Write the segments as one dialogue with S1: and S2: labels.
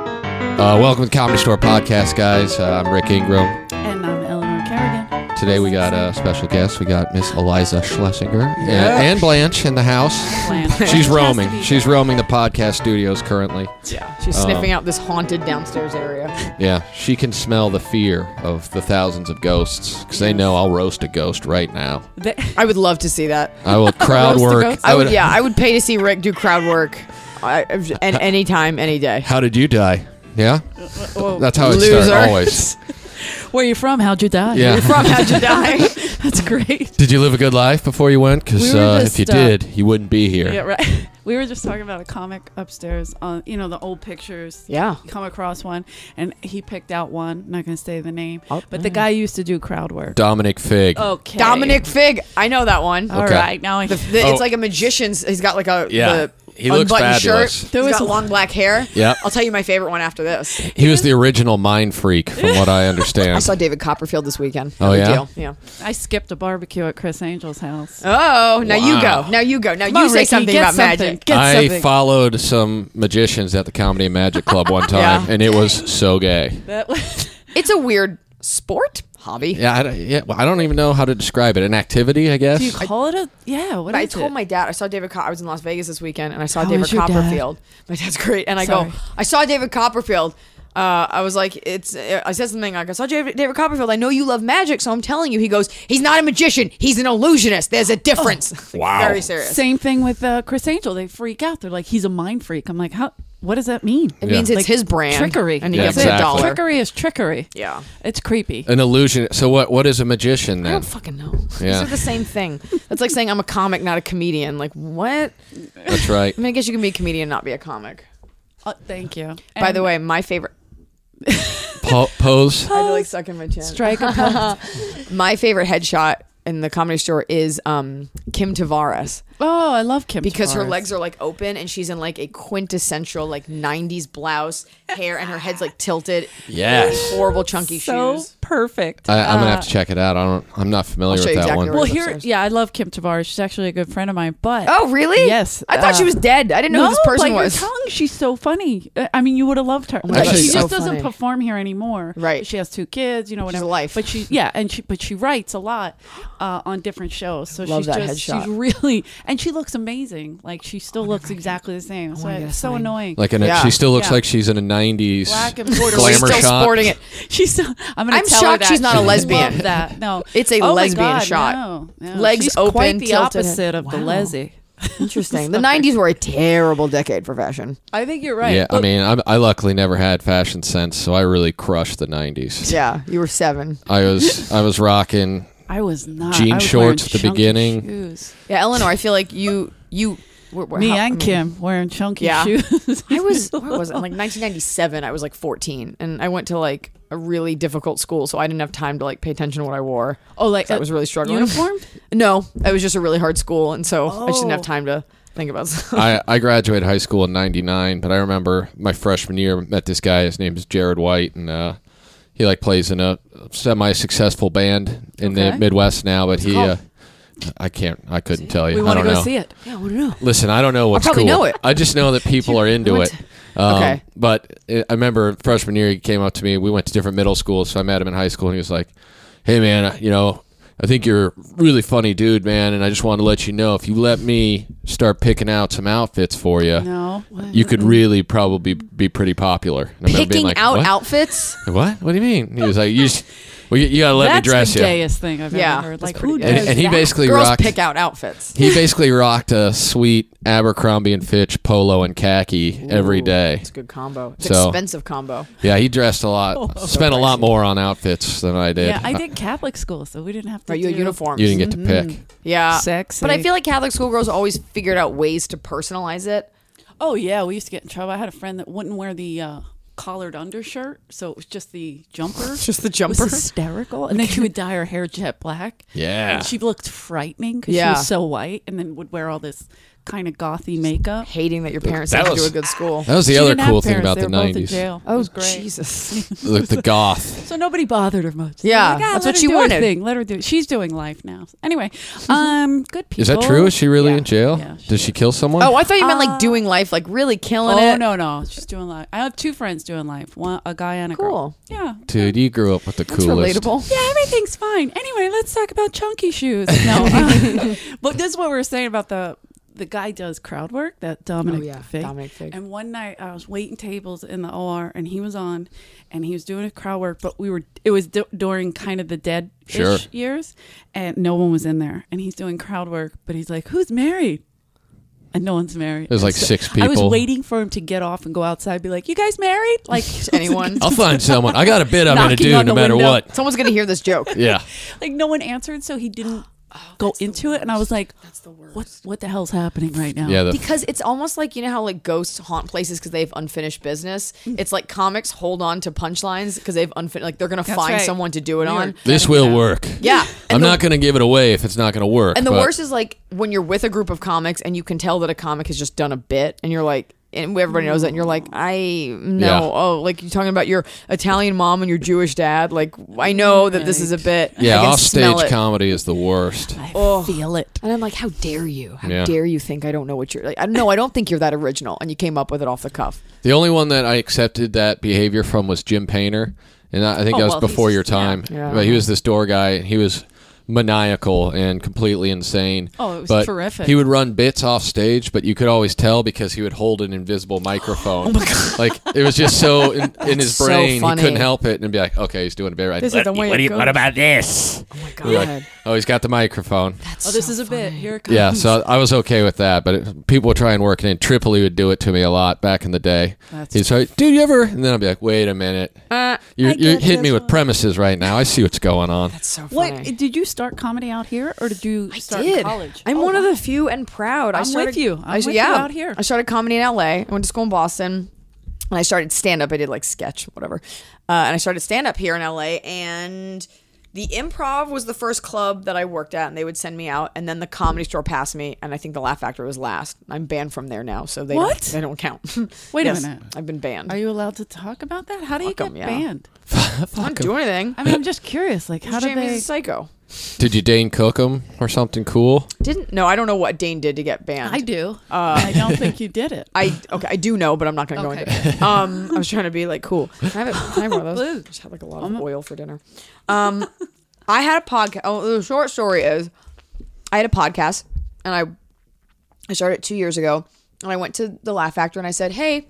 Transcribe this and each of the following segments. S1: Uh, welcome to the Comedy Store Podcast, guys. Uh, I'm Rick Ingram.
S2: And I'm Eleanor Kerrigan.
S1: Today we got a special guest. We got Miss Eliza Schlesinger and,
S3: Yeah.
S1: and Blanche in the house.
S2: Blanche.
S1: She's
S2: Has to
S1: roaming.
S2: be.
S1: She's roaming the podcast studios currently.
S3: Yeah.
S1: Um,
S4: She's sniffing out this haunted downstairs area.
S1: Yeah, she can smell the fear of the thousands of ghosts because they know I'll roast a ghost right now.
S2: They-
S4: I would love to see that.
S1: I will crowd
S4: Roast a
S1: work.
S4: ghost?
S2: Oh,
S4: I would, yeah, I would pay to see Rick do crowd work I, and any time, any day.
S1: How did you die? Yeah,
S2: well,
S1: that's how it starts
S4: Loser.
S1: always.
S2: where you from? How'd you die?
S1: Yeah.
S4: From How'd You Die?
S2: that's great.
S1: Did you live a good life before you went? Because
S2: We were
S1: uh, if
S2: just,
S1: you
S2: uh,
S1: did, you wouldn't be here.
S2: Yeah, right. We were just talking about a comic upstairs on you know the old pictures.
S4: Yeah.
S2: You come across one, and he picked out one. not gonna say the name,
S4: Oh,
S2: but the
S4: mm.
S2: guy used to do crowd work.
S1: Dominic Fig.
S2: Okay,
S4: Dominic Fig. I know that one.
S2: All right,
S1: Okay.
S2: now I.
S4: The, the,
S1: Oh.
S4: It's like a magician's. He's got like a
S1: Yeah.
S4: the
S1: He looks
S4: unbuttoned
S1: fabulous.
S4: shirt.
S2: There
S4: He's
S2: was a-
S4: got long black hair.
S1: Yep.
S4: I'll tell you my favorite one after this.
S1: He was the original mind freak, from what I understand.
S4: I saw David Copperfield this weekend.
S1: Oh,
S4: No big
S1: yeah?
S4: deal. Yeah.
S2: I skipped a barbecue at Chris Angel's house.
S4: Oh, now you
S1: Wow.
S4: go. Now you go. Now
S2: Come
S4: you
S2: on,
S4: say
S2: Ricky,
S4: something
S2: get
S4: about
S2: something.
S4: magic.
S2: Get
S1: I
S2: something.
S1: followed some magicians at the Comedy and Magic Club one time,
S4: Yeah.
S1: and it was so gay.
S2: that was
S4: It's a weird sport hobby.
S1: Yeah, I, don't- yeah. Well, I don't even know how to describe it. An activity, I guess.
S2: Do you call it a yeah? What
S4: But I
S2: is
S4: told
S2: it?
S4: my dad I saw David. Co- I was in Las Vegas this weekend, and I saw
S2: How
S4: David
S2: is your dad?
S4: Copperfield. My dad's great, and I
S2: Sorry.
S4: go, I saw David Copperfield. Uh, I was like, it's. uh," I said something like, I saw David, David Copperfield. I know you love magic, so I'm telling you. He goes, he's not a magician. He's an illusionist. There's a difference. wow. Very serious.
S2: Same thing with uh, Chris Angel. They freak out. They're like, he's a mind freak. I'm like, how? What does that mean?
S4: It means it's
S2: Like,
S4: his brand.
S2: Trickery.
S4: and he
S1: Yeah,
S4: gets
S1: exactly.
S4: a dollar.
S2: Trickery is trickery.
S4: Yeah.
S2: It's creepy.
S1: An illusion. So what? What is a magician
S4: I
S1: then?
S4: don't fucking know.
S1: Yeah.
S4: These are the same thing. That's like saying I'm a comic, not a comedian. Like what?
S1: That's right.
S4: I mean, I guess you can be a comedian, not be a comic.
S2: Uh, thank you.
S4: By the way, my favorite.
S1: Po- pose.
S4: I feel like sucking my chin.
S2: strike a pose.
S4: My favorite headshot in the comedy store is um, Kim Tavares
S2: Oh, I love Kim
S4: because her legs are like open and she's in like a quintessential like 90s blouse, hair, and her head's like tilted.
S1: Yes.
S4: Horrible chunky
S2: so
S4: shoes.
S2: perfect.
S1: I, I'm gonna
S2: Uh,
S1: have to check it out. I don't. I'm not familiar
S4: I'll show
S1: with
S4: you
S1: that
S4: exactly
S1: one.
S4: where
S2: well,
S4: it
S2: here,
S4: upstairs.
S2: yeah, I love Kim Tavares. She's actually a good friend of mine. But
S4: Oh, really?
S2: Yes.
S4: I thought
S2: uh,
S4: she was dead. I didn't
S2: no,
S4: know who this person
S2: by
S4: was.
S2: Her
S4: Oh
S2: tongue, she's so funny. Uh, I mean, you would have loved her.
S4: my
S2: Like,
S1: God,
S2: she
S1: she's
S2: just
S4: so
S2: doesn't
S4: funny.
S2: perform here anymore.
S4: Right.
S2: She has two kids. You know, whatever.
S4: alive.
S2: But she, yeah, and she, but she writes a lot uh, on different shows. So
S4: Love
S2: she's
S4: that
S2: just,
S4: headshot. Oh
S2: she's really, and she looks amazing. Like she still looks exactly the same. So
S4: wanna get a
S2: it's so
S4: sign.
S2: annoying.
S1: Like in a,
S4: Yeah.
S1: she still looks
S2: Yeah.
S1: like she's in a '90s
S2: Black and
S1: glamour
S2: borderline.
S4: She's still
S1: shot.
S4: sporting it.
S2: She's. So, I'm gonna
S4: I'm
S2: tell her
S4: shocked
S2: that.
S4: she's not a
S2: She
S4: lesbian.
S2: loved That no,
S4: It's a
S2: Oh my
S4: lesbian
S2: God,
S4: shot.
S2: no, no.
S4: Legs
S2: She's
S4: open,
S2: quite the
S4: tilted head.
S2: opposite of the
S4: Wow.
S2: lessy.
S4: Interesting. The 90s were a terrible decade for fashion.
S2: I think you're right.
S1: Yeah, I mean, I'm, I luckily never had fashion sense, so I really crushed the '90s.
S4: Yeah, you were seven.
S1: I was I was rocking
S2: I was not
S1: Jean
S2: I was
S1: shorts at
S2: wearing
S1: the
S2: chunky
S1: beginning.
S2: shoes.
S4: Yeah, Eleanor, I feel like you, you, were, were-
S2: Me
S4: how- I
S2: and
S4: mean-
S2: Kim wearing chunky
S4: Yeah.
S2: shoes.
S4: I was where was it? Like 1997, I was like 14, and I went to like a really difficult school, so I didn't have time to like pay attention to what I wore.
S2: oh, like
S4: I was really struggling.
S2: Uniformed?
S4: No, it was just a really hard school, and so I just didn't have
S2: Oh.
S4: time to think about. Stuff.
S1: I, I graduated high school in '99, but I remember my freshman year met this guy. His name is Jared White, and uh, he like plays in a semi-successful band in the
S2: Okay.
S1: Midwest now. But he, uh,
S2: called?
S1: I can't, I couldn't tell you.
S2: We
S1: I
S2: want to
S1: don't
S2: go
S1: know.
S2: see it.
S4: Yeah, I don't know.
S1: Listen, I don't know what's
S4: probably
S1: cool.
S4: know it.
S1: I just know that people are into it. Um,
S4: Okay.
S1: But uh, I remember freshman year, he came up to me. We went to different middle schools, so I met him in high school, and he was like, "Hey, man, I- you know, I think you're a really funny dude, man, and I just wanted to let you know if you let me start picking out some outfits for you,
S2: No.
S1: you could really probably be pretty popular." And I remember
S4: Picking
S1: being like,
S4: out
S1: what?
S4: outfits.
S1: What? What do you mean? He was like, "You, just, well, you, you gotta let
S2: That's
S1: me dress
S2: the
S1: you."
S2: gayest thing I've
S4: Yeah,
S2: ever heard.
S4: that's
S2: Like
S4: pretty
S2: who
S4: gay.
S2: does
S1: And, and he
S2: that?
S1: basically
S4: Girls
S1: rocked
S4: pick out outfits.
S1: he basically rocked a sweet Abercrombie and Fitch polo and khaki every day.
S4: It's a good combo. It's
S1: So-
S4: expensive combo.
S1: Yeah, he dressed a lot, spent a lot more on outfits than I did.
S2: Oh, Yeah, I Mm-hmm. did Catholic school, so we didn't have to.
S4: Are you a
S2: do-
S4: uniform?
S1: You didn't get to pick.
S4: yeah.
S2: Sexy.
S4: But I feel like Catholic schoolgirls always figured out ways to personalize it.
S2: Oh yeah, we used to get in trouble. I had a friend that wouldn't wear the uh, collared undershirt, so it was just the jumper.
S4: Just the
S2: It was hysterical, and then she would dye her hair jet black.
S1: Yeah.
S2: and she looked frightening because
S4: Yeah.
S2: she was so white, and then would wear all this kind of gothy makeup.
S4: hating that your parents
S1: That
S4: sent you
S1: was-
S4: to a good school.
S1: That was the
S2: She
S1: other
S2: didn't have
S1: cool thing
S2: parents.
S1: about
S2: They
S1: the
S2: were both in
S1: nineties.
S2: jail. It
S4: Oh,
S2: was great.
S4: Jesus.
S1: The, the goth.
S2: So nobody bothered her much. They're
S4: Yeah,
S2: like, "Ah,
S4: that's
S2: let
S4: what
S2: her
S4: she
S2: do her
S4: wanted."
S2: Thing. Let her do. It. She's doing life now. Anyway, um, good people.
S1: Is that true? Is she really in jail?
S2: Yeah, she
S1: Did she kill someone?
S4: Oh, I thought you meant like doing life, like really killing
S2: Uh, Oh
S4: it.
S2: no no, she's doing life. I have two friends doing life. One a guy and a
S4: Cool.
S2: girl. Yeah.
S1: Dude, you grew up with the
S4: It's
S1: coolest.
S4: relatable.
S2: Yeah, everything's fine. Anyway, let's talk about chunky shoes. No, uh, but this is what we were saying about the the guy does crowd work. That Dominic,
S4: Oh, yeah,
S2: Fig.
S4: Dominic Fig.
S2: And one night I was waiting tables in the OR, and he was on, and he was doing a crowd work. But we were it was d- during kind of the dead
S1: Sure.
S2: years, and no one was in there, and he's doing crowd work. But he's like, "Who's married?" And no one's married.
S1: There's
S2: And
S1: like six
S2: I was
S1: people.
S2: waiting for him to get off and go outside, and be like, "You guys married?" Like
S4: Anyone?
S1: I'll find someone. I got a bit I'm going to
S2: Knocking
S1: do
S2: on
S1: no
S2: the
S1: matter
S2: window.
S1: what.
S4: Someone's gonna hear this joke.
S1: Yeah.
S2: like no one answered, so he didn't
S4: Oh,
S2: go into it. And I was like, "That's the worst. What what the hell's happening right now?"
S1: Yeah. The,
S4: Because it's almost like you know how like ghosts haunt places because they have unfinished business. It's like comics hold on to punchlines because they've unfinished. Like they're gonna find
S2: right.
S4: someone to do it
S2: We were-
S4: on.
S1: this will work.
S4: Yeah.
S1: I'm not going to give it away if it's not going to work.
S4: And the
S1: but-
S4: worst is like when you're with a group of comics and you can tell that a comic has just done a bit and you're like, and everybody knows it, and you're like, I
S1: Yeah.
S4: know. Oh, like you're talking about your Italian mom and your Jewish dad. Like, I know that this is a bit.
S1: Yeah,
S4: I can
S1: off
S4: smell
S1: stage
S4: it.
S1: comedy is the worst.
S2: I
S4: Oh.
S2: feel it.
S4: And I'm like, how dare you? How
S1: Yeah.
S4: dare you think I don't know what you're like? I no, I don't think you're that original. And you came up with it off the cuff.
S1: The only one that I accepted that behavior from was Jim Painter, and I, I think
S2: Oh,
S1: that was
S2: well,
S1: before
S2: he's-
S1: your time.
S4: yeah. Yeah.
S1: But he was this door guy, and he was maniacal and completely insane.
S2: Oh, it was
S1: But
S2: terrific.
S1: He would run bits off stage, but you could always tell because he would hold an invisible microphone. oh my god! Like it was just so in, in his
S4: so
S1: brain, he
S4: funny.
S1: couldn't help it, and be like, "Okay, he's doing a bit right."
S2: This is the way it goes.
S3: about this?
S4: Oh my
S1: You're like, oh, he's got the microphone.
S2: oh, this is a bit. Here it comes.
S1: Yeah, so I was okay with that, but it, people would try and work it in. Tripoli would do it to me a lot back in the day.
S2: That's- Uh,
S1: He'd say, "Dude, you ever?" And then I'd be like, "Wait a minute, you're, you're
S2: get
S1: hitting me
S2: this
S1: with premises right now. I see what's going on."
S4: That's so funny.
S2: What did you start comedy out here, or did you start in college? Oh,
S4: I'm
S2: one
S4: one of the few and proud. I
S2: I'm
S4: started,
S2: with you. I'm
S4: I s-
S2: with you
S4: yeah,
S2: out here.
S4: I started comedy in LA. I went to school in Boston. And I started stand up. I did like sketch, whatever. Uh, and I started stand up here in LA. And the improv was the first club that I worked at. And they would send me out. And then the comedy store passed me. And I think the Laugh Factory was last. I'm banned from there now. So they,
S2: What?
S4: Don't, they don't count.
S2: Wait a
S4: Yes,
S2: minute.
S4: I've been banned.
S2: Are you allowed to talk about that? How do you
S4: Fuck 'em,
S2: get
S4: yeah.
S2: banned?
S4: I don't do anything.
S2: I mean, I'm just curious. Like, how do
S4: Jamie's
S2: they?
S4: a psycho.
S1: Did you Dane cook him or something cool?
S4: Didn't no, I don't know what Dane did to get banned. Uh,
S2: I do. I don't think you did it.
S4: I okay, I do know, but I'm not gonna
S2: Okay.
S4: go into it. Um, I was trying to be like cool. Can I have, it, can I have one of those? Just had like a lot of oil for dinner. Um, I had a podcast. Oh, the short story is, I had a podcast, and I I started it two years ago, and I went to the Laugh Factor, and I said, hey.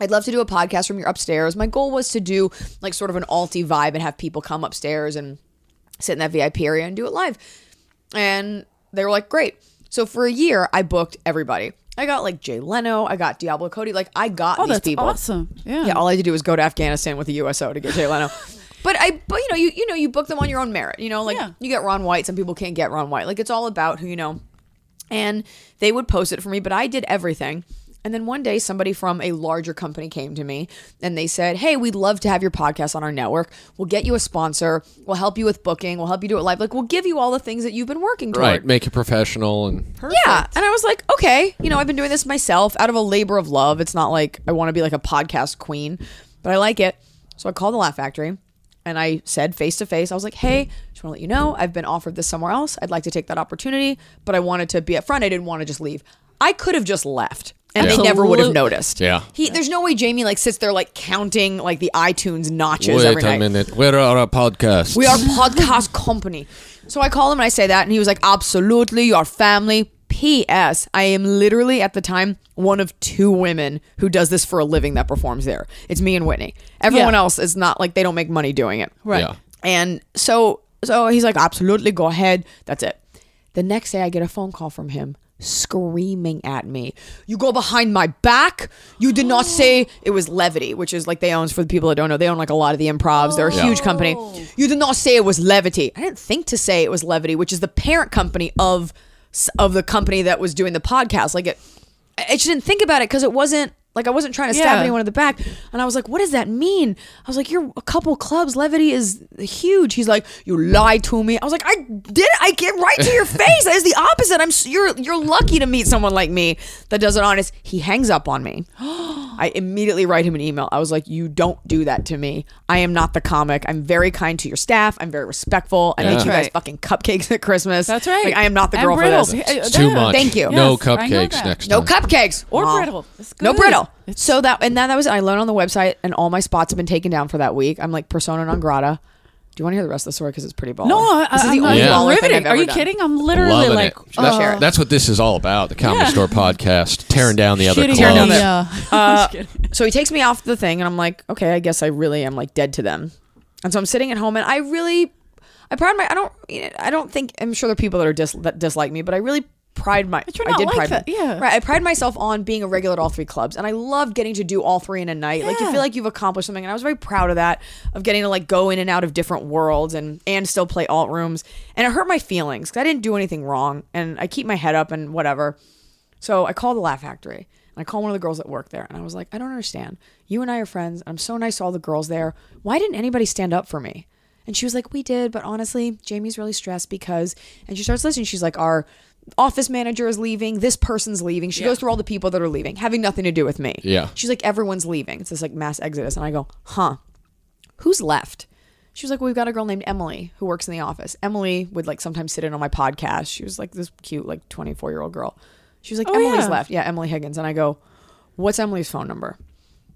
S4: I'd love to do a podcast from your upstairs. My goal was to do like sort of an alti vibe and have people come upstairs and sit in that VIP area and do it live. And they were like, great. So for a year, I booked everybody. I got like Jay Leno, I got Diablo Cody, like I got
S2: Oh,
S4: these
S2: that's
S4: people.
S2: awesome. Yeah.
S4: Yeah, all I had to do was go to Afghanistan with the USO to get Jay Leno. But I, but you know, you you know, you book them on your own merit. You know, like
S2: Yeah.
S4: you get Ron White. Some people can't get Ron White. Like it's all about who you know. And they would post it for me, but I did everything. And then one day, somebody from a larger company came to me and they said, "Hey, we'd love to have your podcast on our network. We'll get you a sponsor. We'll help you with booking. We'll help you do it live. Like we'll give you all the things that you've been working toward."
S1: Right, make it professional and
S4: Yeah. And I was like, okay, you know, I've been doing this myself out of a labor of love. It's not like I want to be like a podcast queen, but I like it. So I called the Laugh Factory and I said face to face, I was like, hey, just want to let you know I've been offered this somewhere else. I'd like to take that opportunity, but I wanted to be upfront. I didn't want to just leave. I could have just left. And they never would have
S2: Absolute-
S4: noticed.
S1: Yeah.
S4: He, there's no way Jamie like sits there like counting like the iTunes notches every
S1: wait
S4: night.
S1: a minute. Where are our podcasts?
S4: We are podcast company. So I call him and I say that, and he was like, "Absolutely, your family." P.S. I am literally at the time one of two women who does this for a living that performs there. It's me and Whitney. Everyone
S2: Yeah.
S4: else is not like they don't make money doing it.
S2: Right.
S1: Yeah.
S4: And so so he's like, absolutely, go ahead. That's it. The next day I get a phone call from him screaming at me. You go behind my back. You did not say it was levity, which is like they owns for the people that don't know, they own like a lot of the improvs. They're a huge company. You did not say it was levity. I didn't think to say it was levity, which is the parent company of of the company that was doing the podcast. Like it I just didn't think about it because it wasn't Like I wasn't trying to stab
S2: Yeah.
S4: anyone in the back. And I was like, what does that mean? I was like, you're a couple clubs. Levity is huge. He's like, you lied to me. I was like, I did. I get right to your face. That is the opposite. I'm s- you're you're lucky to meet someone like me that does it honest. He hangs up on me. I immediately write him an email. I was like, you don't do that to me. I am not the comic. I'm very kind to your staff. I'm very respectful. I make
S1: That's
S4: you guys
S2: right.
S4: fucking cupcakes at Christmas.
S2: That's right.
S4: Like, I am not the
S2: And
S4: girl for
S2: brittle.
S4: this.
S2: Hey,
S1: It's
S2: uh,
S1: too much.
S4: Thank you.
S1: No
S2: Yes, I know
S1: cupcakes
S2: that.
S1: next
S4: No
S1: time.
S4: cupcakes
S2: Or
S4: Wow.
S2: brittle. It's
S4: No
S2: good.
S4: brittle.
S2: It's-
S4: so that and then that was I learned on the website, and all my spots have been taken down for that week. I'm like persona non grata. Do you want to hear the rest of the story? Because it's pretty baller.
S2: No, I,
S4: this is the
S2: I'm
S4: only
S1: Yeah.
S2: not
S4: baller thing I've
S2: riveting.
S4: ever
S2: Are you
S4: done.
S2: kidding? I'm literally
S1: Loving
S2: like,
S1: it.
S2: oh,
S1: That's,
S4: Share it.
S1: that's what this is all about. The Comedy
S2: Yeah.
S1: Store podcast, tearing down the other
S2: shitting
S1: clubs.
S2: on
S4: down
S2: the, uh,
S4: the- Uh,
S2: I'm just kidding.
S4: so he takes me off the thing, and I'm like, okay, I guess I really am like dead to them. And so I'm sitting at home, and I really, I pride my, I don't, I don't think I'm sure there are people that are dis, that dislike me, but I really pride my,
S2: But you're
S4: I
S2: not
S4: did
S2: like
S4: pride,
S2: that,
S4: my-
S2: yeah.
S4: right. I pride myself on being a regular at all three clubs, and I love getting to do all three in a night. Like you
S2: Yeah.
S4: feel like you've accomplished something, and I was very proud of that, of getting to like go in and out of different worlds and and still play alt rooms. And it hurt my feelings because I didn't do anything wrong, and I keep my head up and whatever. So I call the Laugh Factory and I call one of the girls that work there and I was like, I don't understand. You and I are friends. I'm so nice to all the girls there. Why didn't anybody stand up for me? And she was like, We did, but honestly, Jamie's really stressed because and she starts listening. She's like, Our office manager is leaving, this person's leaving. She goes through all the people that are leaving, having nothing to do with me.
S1: Yeah.
S4: She's like, Everyone's leaving. It's this like mass exodus. And I go, Huh who's left? She was like, well, we've got a girl named Emily who works in the office. Emily would like sometimes sit in on my podcast. She was like this cute, like 24 year old girl. She was like,
S2: Oh,
S4: Emily's
S2: yeah.
S4: left. Yeah, Emily Higgins. And I go, what's Emily's phone number?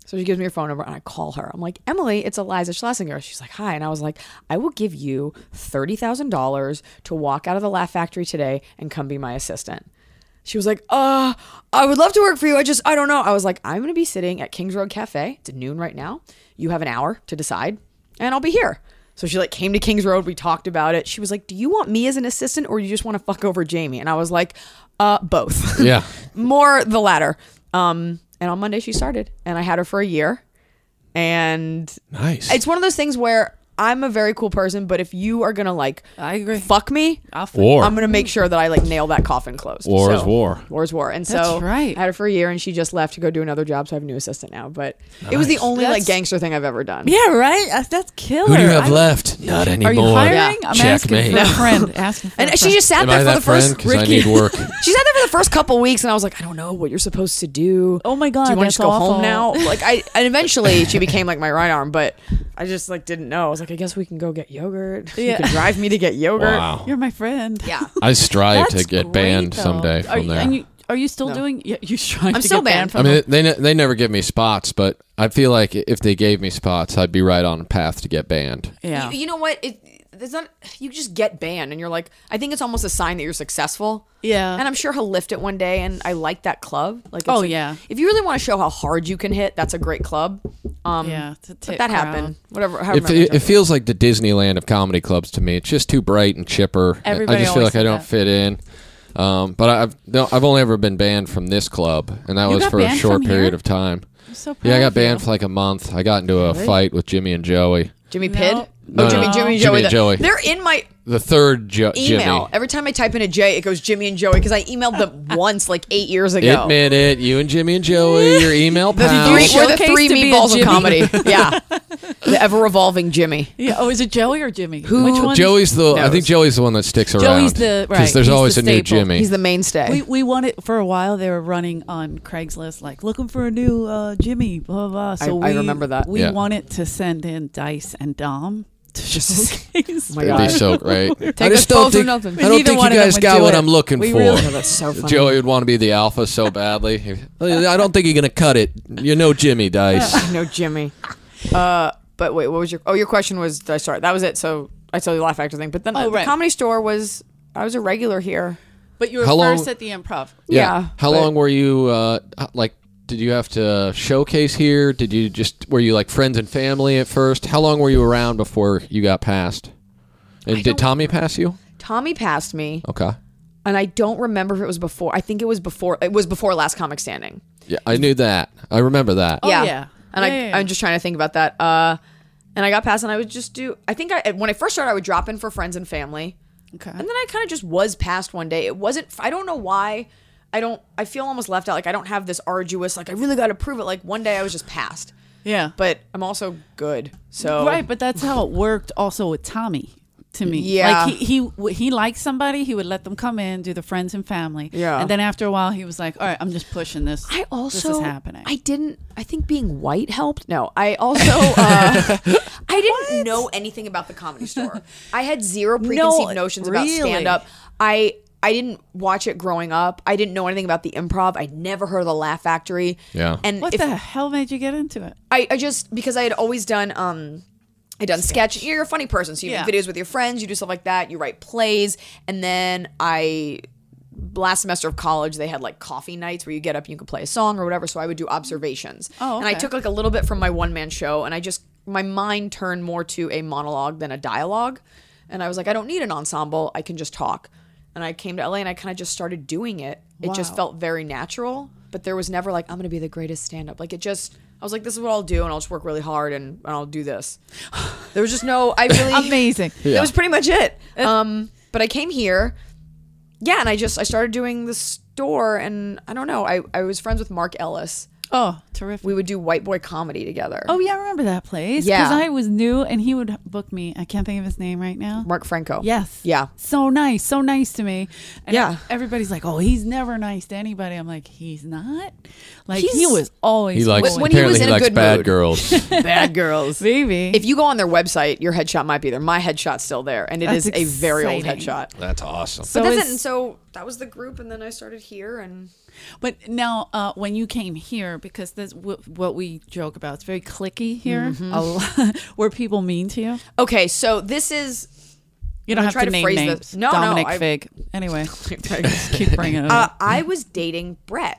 S4: So she gives me her phone number and I call her. I'm like, Emily, it's Eliza Schlesinger. She's like, hi. And I was like, I will give you $30,000 to walk out of the Laugh Factory today and come be my assistant. She was like, uh, I would love to work for you. I just, I don't know. I was like, I'm going to be sitting at Kings Road Cafe. It's noon right now. You have an hour to decide and I'll be here. So she like came to Kings Road. We talked about it. She was like, do you want me as an assistant or you just want to fuck over Jamie? And I was like, uh, both.
S1: Yeah.
S4: More the latter. Um, and on Monday she started and I had her for a year and
S1: Nice.
S4: it's one of those things where I'm a very cool person, but if you are going to like
S2: I agree.
S4: fuck me,
S2: I'll fuck
S1: War.
S4: I'm gonna make sure that I like nail that coffin closed.
S1: War is war.
S4: War is war. And so
S2: That's right.
S4: I had her for a year, and she just left to go do another job. So I have a new assistant now. But it was the
S1: Nice.
S4: only like
S2: That's-
S4: gangster thing I've ever done.
S2: Yeah, right. That's, that's killer.
S1: Who do you have
S2: I-
S1: left? Not
S2: Are
S1: anymore.
S2: you hiring?
S4: Yeah.
S2: I'm
S1: Checkmate.
S2: asking for a friend. Asking for a
S4: And she
S2: friend.
S4: just sat
S1: Am
S4: there
S1: I
S4: for
S1: that
S4: the
S1: friend?
S4: first.
S1: Because I need work.
S4: She sat there for the first couple weeks, and I was like, I don't know what you're supposed to do.
S2: Oh my God,
S4: do you wanna
S2: that's
S4: just go home
S2: awful.
S4: now? Like I, and eventually she became like my right arm, but I just like didn't know. I was like, I guess we can go get yogurt.
S2: Yeah.
S4: you can drive me to get yogurt.
S1: Wow.
S2: You're my friend.
S4: Yeah.
S1: I strive to
S2: That's
S1: get
S2: great,
S1: banned
S2: though.
S1: someday
S2: are,
S1: from
S2: you-
S1: there.
S2: And you, are you still
S4: No.
S2: doing? Yeah, you trying
S4: I'm
S2: to
S4: still
S2: get banned
S4: banned.
S2: from?
S1: I mean, they ne- they never give me spots, but I feel like if they gave me spots, I'd be right on a path to get banned.
S2: yeah.
S4: You, you know what? It, it's not. You just get banned, and you're like, I think it's almost a sign that you're successful.
S2: Yeah.
S4: And I'm sure he'll lift it one day. And I like that club. Like, it's
S2: Oh,
S4: like-
S2: yeah.
S4: If you really want to show how hard you can hit, that's a great club. Um,
S2: Yeah, it's a
S4: But
S2: tit
S4: that
S2: crowd.
S4: happened. Whatever.
S1: It,
S4: however
S1: fe-
S4: much-
S1: it feels like the Disneyland of comedy clubs to me. It's just too bright and chipper. I-
S2: Everybody
S1: I just feel
S2: always
S1: like I
S2: said
S1: don't
S2: that.
S1: fit in. Um, but I've no, I've only ever been banned from this club, and that
S2: You
S1: was
S2: got
S1: for a
S2: banned
S1: short
S2: from
S1: period
S2: here?
S1: of time.
S2: I'm so proud
S1: Yeah, I
S2: of
S1: got
S2: you.
S1: banned for like a month. I got into a fight with Jimmy and Joey.
S4: Jimmy
S2: No.
S4: Pidd.
S2: No,
S4: oh, Jimmy,
S2: no.
S1: Jimmy
S4: Jimmy, Joey.
S1: and
S4: the-
S1: Joey.
S4: They're in my
S1: The third jo-
S4: email.
S1: Jimmy.
S4: Every time I type in a J, it goes Jimmy and Joey because I emailed them once like eight years ago.
S1: Admit it, you and Jimmy and Joey, your email
S4: Three-
S1: pals.
S2: show-
S4: we're the
S2: Showcase
S4: three
S2: to be a
S4: meatballs of
S2: Jimmy.
S4: comedy. Yeah. The ever revolving Jimmy.
S2: Yeah. Oh, is it Joey or Jimmy? Who? Which one?
S1: Joey's the. I
S4: knows?
S1: think Joey's the one that sticks around.
S2: the-
S1: because
S2: right,
S1: there's
S2: he's
S1: always
S2: the
S1: a new
S2: staple.
S1: Jimmy.
S4: He's the mainstay.
S2: We we wanted for a while. They were running on Craigslist, like looking for a new uh, Jimmy. Blah blah. blah. So
S4: I
S2: we,
S4: remember that.
S2: We
S1: Yeah.
S2: wanted to send in Dice and Dom to showcase.
S4: oh my
S1: It'd
S4: God.
S1: be so great. I
S4: us
S1: just don't
S4: both or
S1: think,
S4: nothing.
S1: I don't
S2: Neither
S1: think you
S2: one of them
S1: guys
S2: would
S1: got
S2: do
S1: what
S2: it.
S1: I'm looking
S4: We
S1: for.
S4: really- Oh, that's so funny.
S1: Joey would want to be the alpha so badly. I don't think you're gonna cut it. You know, Jimmy Dice.
S4: No, Jimmy. Uh, but wait, what was your? Oh, your question was. Did I start? That was it. So I told you the Laugh Factor thing. But then
S2: Oh,
S4: the
S2: right.
S4: Comedy Store was. I was a regular here.
S2: But you were
S1: How long-
S2: first at the improv.
S4: Yeah,
S1: How
S4: but-
S1: long were you? Uh, like, did you have to showcase here? Did you just were you like friends and family at first? How long were you around before you got passed? And did Tommy pass you?
S4: Tommy passed me,
S1: Okay.
S4: and I don't remember if it was before. I think it was before. It was before Last Comic Standing.
S1: Yeah, I knew that. I remember that.
S2: Oh, yeah.
S4: And
S2: Yeah,
S4: I,
S2: yeah, yeah.
S4: I'm just trying to think about that. Uh, and I got passed, and I would just do. I think I when I first started, I would drop in for friends and family.
S2: Okay.
S4: And then I kind of just was passed one day. It wasn't. I don't know why. I don't. I feel almost left out. Like I don't have this arduous. Like I really got to prove it. Like one day I was just passed.
S2: Yeah. Oh.
S4: But I'm also good. So
S2: Right, but that's how it worked also with Tommy to me.
S4: Yeah.
S2: Like he he w- he liked somebody, he would let them come in, do the friends and family.
S4: Yeah.
S2: And then after a while he was like, "All right, I'm just pushing this.
S4: I also
S2: this is happening."
S4: I didn't. I think being white helped. No, I also uh, I didn't know anything about the comedy store. I had zero preconceived notions about
S2: really?
S4: stand up. I I didn't watch it growing up. I didn't know anything about the improv. I never heard of the Laugh Factory.
S1: Yeah.
S4: and
S2: what
S4: if
S2: the hell made you get into it?
S4: I, I just because I had always done um I done sketch. You're a funny person, so you
S2: Yeah.
S4: make videos with your friends, you do stuff like that, you write plays, and then I last semester of college they had like coffee nights where you get up and you can play a song or whatever, so I would do observations.
S2: Oh,
S4: And I
S2: okay.
S4: took like a little bit from my one man show and I just my mind turned more to a monologue than a dialogue. And I was like, I don't need an ensemble, I can just talk. And I came to LA and I kind of just started doing it. It just
S2: Wow.
S4: felt very natural, but there was never like, I'm going to be the greatest stand up. Like, it just, I was like, this is what I'll do, and I'll just work really hard and, and I'll do this. There was just no, I really,
S2: Amazing.
S4: that was pretty much it. Um, but I came here, yeah, and I just, I started doing the store, and I don't know, I, I was friends with Mark Ellis.
S2: Oh, terrific.
S4: We would do white boy comedy together.
S2: Oh yeah, I remember that place.
S4: Yeah.
S2: because I was new, and he would book me. I can't think of his name right now.
S4: Mark Franco.
S2: Yes.
S4: Yeah.
S2: So nice. So nice to me. And
S4: Yeah.
S2: Everybody's like, oh, he's never nice to anybody. I'm like, he's not. Like he
S4: He's-
S2: was always.
S1: He likes
S4: When
S2: cool.
S4: he
S1: apparently
S4: was
S1: he,
S4: in a
S1: likes
S4: good
S1: bad
S4: mood.
S1: girls.
S4: Bad girls.
S2: Maybe.
S4: If you go on their website, your headshot might be there. My headshot's still there, and it is
S2: That's
S4: a very old
S2: exciting.
S4: headshot.
S1: That's awesome.
S2: so
S4: but that's
S2: it's-
S4: it. And so that was the group, and then I started here, and
S2: But now, uh, when you came here, because that's w- what we joke about, it's very clicky here. A lot, were people mean to you?
S4: okay. So this is
S2: You don't
S4: gonna
S2: have
S4: try
S2: to,
S4: to
S2: name
S4: phrase
S2: names.
S4: this. No, no,
S2: Dominic
S4: I-
S2: Fig. Anyway, keep bringing it
S4: uh,
S2: up.
S4: I was dating Brett.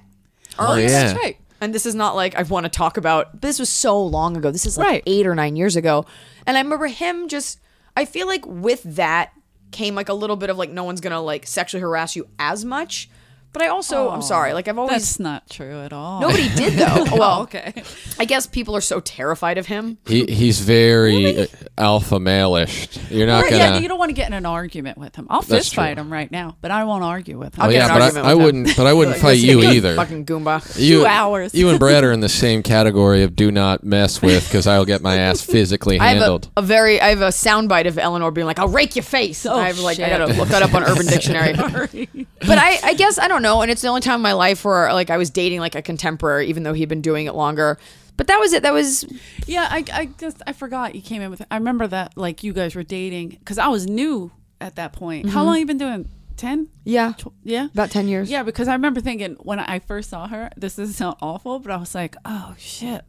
S1: Mm-hmm. Oh,
S4: Ernst.
S1: yeah. That's right.
S4: And this is not like I want to talk about. This was so long ago. This is like
S2: Right.
S4: eight or nine years ago, and I remember him just. I feel like with that came like a little bit of like no one's gonna like sexually harass you as much, but I also I'm sorry like I've always
S2: That's not true at all.
S4: nobody did though. Oh, well,
S2: okay.
S4: I guess people are so terrified of him.
S1: He, he's very uh, alpha maleish. You're not
S2: Right,
S1: gonna.
S2: yeah, you don't want to get in an argument with him. I'll
S1: That's
S2: fist fight
S1: true.
S2: him right now, but I won't argue with him.
S1: oh,
S4: get
S1: yeah,
S4: in an
S1: but
S4: argument
S1: I, I
S4: with him.
S1: wouldn't. But I wouldn't fight you either.
S4: Fucking Goomba.
S1: you,
S2: hours.
S1: You and Brad are in the same category of do not mess with because I'll get my ass physically
S4: I have
S1: handled.
S4: a, a very I have a soundbite of Eleanor being like, "I'll rake your face."
S2: Oh,
S4: I have like I
S2: shit.
S4: gotta look that up on Urban Dictionary.
S2: Sorry.
S4: But I, I guess I don't know, and it's the only time in my life where like I was dating like a contemporary, even though he'd been doing it longer. But that was it. That was
S2: Yeah, I, I just I forgot you came in with. I remember that like you guys were dating because I was new at that point. How long you been doing? Ten?
S4: Mm-hmm. yeah,
S2: Tw- Yeah.
S4: about ten years.
S2: Yeah, because I remember thinking when I first saw her, this doesn't sound awful, but I was like, oh shit,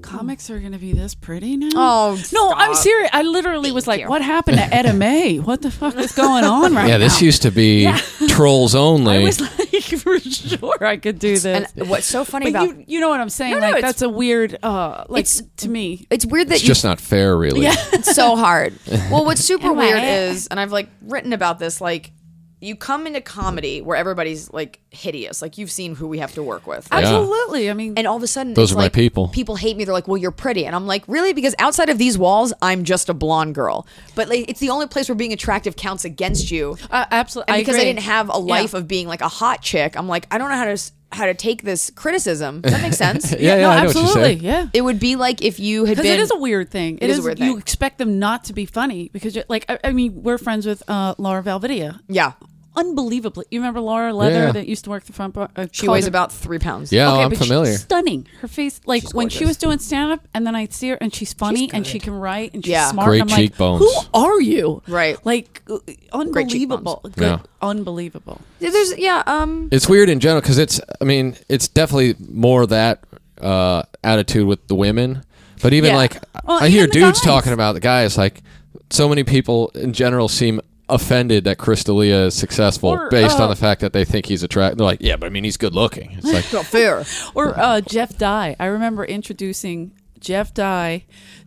S2: comics are gonna be this pretty now.
S4: Oh,
S2: no, I'm
S4: stop.
S2: serious. I literally was like, what happened to Edda May? What the fuck is going on right now?
S1: Yeah, this used to be trolls
S2: Oh, I
S1: only.
S2: was like, for sure, I could do this.
S4: And what's so funny
S2: but
S4: about
S2: you, you know what I'm saying?
S4: No, no,
S2: like
S4: it's-
S2: that's a weird, uh, like
S4: It's-
S2: to me.
S4: it's weird that
S1: it's
S4: you
S1: just not fair, really.
S2: Yeah.
S4: It's so hard. Well, what's super
S2: Am I
S4: weird
S2: it?
S4: is, and I've like written about this, like you come into comedy where everybody's like hideous. Like you've seen who we have to work with.
S2: Absolutely. I mean,
S4: And all of a sudden,
S1: Those
S4: it's
S1: are my
S4: like,
S1: people.
S4: People hate me. They're like, "Well, you're pretty," and I'm like, "Really?" Because outside of these walls, I'm just a blonde girl. But like, it's the only place where being attractive counts against you.
S2: uh, absolutely.
S4: And because I
S2: agree.
S4: didn't have a life of being like a hot chick, I'm like, I don't know how to s- how to take this criticism. Does that make sense?
S1: yeah, yeah,
S2: no,
S1: I know
S2: absolutely.
S1: what you said.
S2: Yeah.
S4: It would be like if you had been.
S2: because it is a weird thing.
S4: It is a weird
S2: You
S4: thing.
S2: expect them not to be funny because, you're, like, I, I mean, we're friends with uh, Laura Valvidia.
S4: yeah,
S2: Unbelievably, you remember Laura Leather
S1: Yeah.
S2: that used to work the front bar. Uh,
S4: she
S2: called
S4: weighs
S2: her-
S4: about three pounds.
S1: Yeah,
S2: Okay,
S1: I'm
S2: but she's
S1: familiar.
S2: Stunning. Her face, like when she was doing stand up, and then I'd see her, and she's funny, and she can write, and she's
S4: Yeah.
S2: smart.
S1: Great
S2: and I'm like,
S1: cheekbones.
S2: Who are you?
S4: Right.
S2: Like uh, unbelievable. Good,
S1: Yeah.
S2: Unbelievable.
S4: There's yeah. Um.
S1: It's weird in general because it's. I mean, it's definitely more that uh, attitude with the women. But even
S2: Yeah.
S1: like,
S2: Well,
S1: I hear
S2: even the
S1: dudes
S2: guys.
S1: talking about the guys. Like, so many people in general seem offended that Chris D'Elia is successful
S2: Or,
S1: based
S2: uh,
S1: on the fact that they think he's attractive. They're like, yeah, but I mean, he's good looking. It's like,
S4: Not fair.
S2: Or uh, Jeff Dye. I remember introducing Jeff Dye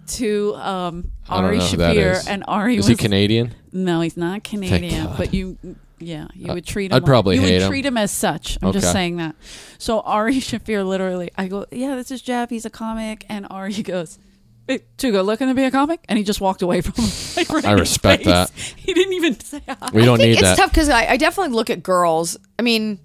S2: to um,
S1: I don't
S2: Ari
S1: know who that
S2: Shapir,
S1: is.
S2: and Ari
S1: is
S2: was
S1: he Canadian?
S2: No, he's not Canadian,
S1: God. Uh,
S2: but you, yeah, you would treat him.
S1: I'd
S2: like-
S1: probably
S2: you
S1: hate
S2: would
S1: him.
S2: treat him as such. I'm just
S1: Okay.
S2: saying that. So Ari Shafir, literally, I go, yeah, this is Jeff. He's a comic, and Ari goes. "Hey, Tugo, looking to be a comic, and he just walked away from. Him, like, right
S1: I
S2: in his
S1: respect
S2: face.
S1: that.
S2: He didn't even say hi.
S1: We don't
S4: I think
S1: need
S4: it's
S1: that.
S4: tough because I, I definitely look at girls. I mean,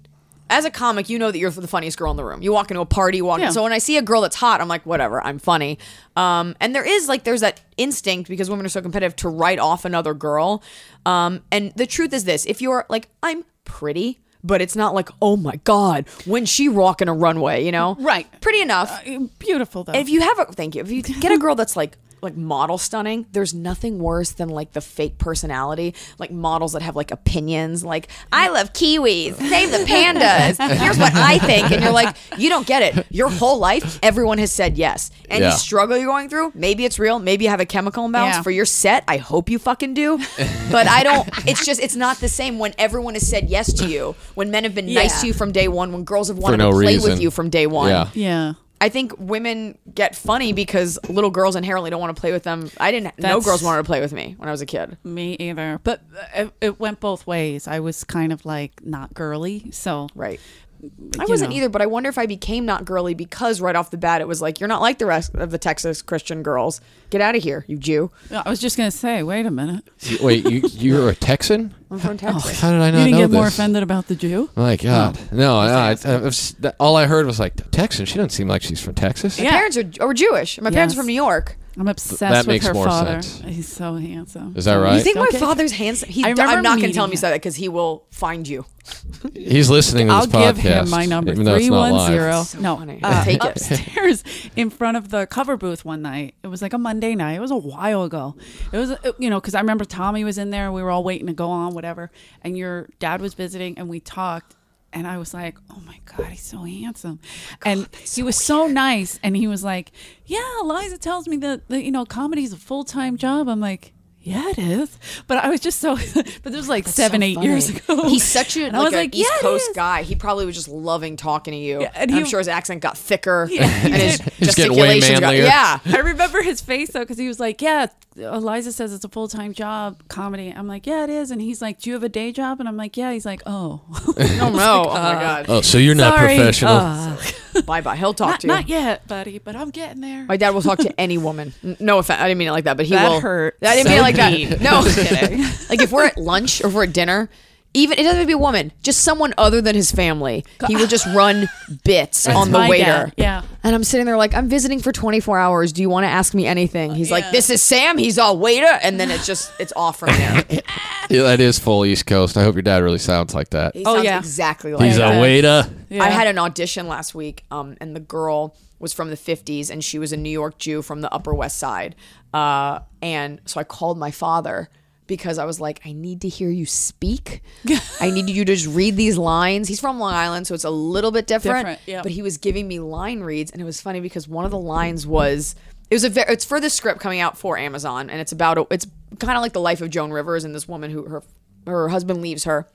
S4: as a comic, you know that you're the funniest girl in the room. You walk into a party, you walk.
S2: Yeah.
S4: So when I see a girl that's hot, I'm like, whatever, I'm funny. Um, and there is like there's that instinct because women are so competitive to write off another girl. Um, and the truth is this: if you're like, I'm pretty. But it's not like, oh my God, when she walking a runway, you know?
S2: Right. Uh,
S4: Pretty enough.
S2: Beautiful though.
S4: And if you have a thank you, if you get a girl that's like like model stunning, there's nothing worse than like the fake personality, like models that have like opinions, like I love kiwis, save the pandas. Here's what I think, and you're like, you don't get it. Your whole life, everyone has said yes. Any
S1: Yeah.
S4: struggle you're going through, maybe it's real, maybe you have a chemical imbalance
S2: Yeah.
S4: for your set. I hope you fucking do, but I don't. It's just it's not the same when everyone has said yes to you, when men have been nice
S2: Yeah.
S4: to you from day one, when girls have wanted
S1: no
S4: to play
S1: reason.
S4: with you from day one.
S1: Yeah.
S2: yeah.
S4: I think women get funny because little girls inherently don't want to play with them. I didn't. no
S2: That's-
S4: girls wanted to play with me when I was a kid.
S2: Me either. But uh, it, it went both ways. I was kind of like not girly, so
S4: Right. I
S2: you
S4: wasn't
S2: know.
S4: either, but I wonder if I became not girly because right off the bat it was like you're not like the rest of the Texas Christian girls. Get out of here, you Jew.
S2: No, I was just gonna say, wait a minute.
S1: You- Wait, you you're a Texan?
S4: I'm from Texas.
S1: How did I not
S2: you didn't
S1: know
S2: get
S1: this?
S2: more offended Oh. about the Jew?
S1: My God, no, no I, I, I've- that- all I heard was like Texan. She doesn't seem like she's from Texas.
S4: My
S2: Yeah.
S4: parents are or Jewish. My parents are
S2: Yes.
S4: from New York.
S2: I'm obsessed
S1: that
S2: with
S1: makes
S2: her
S1: more
S2: father.
S1: sense.
S2: He's so handsome.
S1: Is that
S2: So-
S1: right?
S4: You think
S2: Don't
S4: my
S2: get-
S4: father's handsome? He,
S2: I
S4: I
S2: remember
S4: am not gonna tell him
S2: meeting
S4: you said
S2: him.
S4: that because he will find you.
S1: He's listening to
S2: I'll
S1: this podcast.
S2: give him my number
S1: even though it's
S2: three
S1: not
S2: one
S1: live.
S2: zero.
S4: so
S2: No,
S4: funny.
S2: uh,
S4: Take it.
S2: upstairs in front of the cover booth one night. It was like a Monday night. It was a while ago. It was uh, you know because I remember Tommy was in there. We were all waiting to go on whatever, and your dad was visiting, and we talked. And I was like, "Oh my god, he's so handsome," and he was so nice. And he was like, "Yeah, Eliza tells me that, that you know comedy's a full time job." I'm like, "Yeah, it is," but I was just so. but this was like seven,
S4: So
S2: eight
S4: funny.
S2: years ago.
S4: He's such a,
S2: And
S4: like,
S2: I was
S4: a
S2: like,
S4: East
S2: "Yeah, it
S4: Coast
S2: is."
S4: guy. He probably was just loving talking to you.
S2: Yeah,
S4: and
S2: and
S4: I'm
S2: he-
S4: sure his accent got thicker.
S2: Yeah, he
S4: and his
S2: did.
S1: He's getting way
S4: gesticulations got
S1: manlier.
S4: yeah.
S2: I remember his face though, because he was like, "Yeah, Eliza says it's a full time job, comedy." I'm like, "Yeah, it is," and he's like, "Do you have a day job?" And I'm like, "Yeah." He's like, "Oh,
S4: No, no. oh my god.
S1: Oh, so you're not
S2: Sorry.
S1: professional.
S2: Uh,
S4: Bye bye. He'll talk
S2: not,
S4: to you.
S2: not yet, buddy, but I'm getting there."
S4: My dad will talk to any woman. N- No offense. I didn't mean it like that, but he
S2: That
S4: will.
S2: hurt
S4: I didn't mean it
S2: so
S4: like that.
S2: deep.
S4: No.
S2: Just kidding.
S4: like if we're at lunch or if we're at dinner, even it doesn't have to be a woman, just someone other than his family. He will just run bits on the
S2: my
S4: waiter.
S2: dad, yeah.
S4: And I'm sitting there like, I'm visiting for 24 hours. Do you want to ask me anything? He's like,
S2: Yeah.
S4: this is Sam. He's all waiter. And then it's just, it's off from there. He
S1: Yeah, that is full East Coast. I hope your dad really sounds like that.
S2: Oh,
S4: sounds
S2: yeah.
S4: Exactly like
S1: He's
S4: that.
S1: a waiter.
S2: Yeah.
S4: I had an audition last week, um, and the girl was from the 50s, and she was a New York Jew from the Upper West Side. Uh, and so I called my father because I was like, I need to hear you speak. I need you to just read these lines. He's from Long Island, so it's a little bit different.
S2: Different, yeah.
S4: But he was giving me line reads, and it was funny because one of the lines was. It was a ve- it's for the script coming out for Amazon and it's about a, it's kind of like the life of Joan Rivers and this woman who her her husband leaves her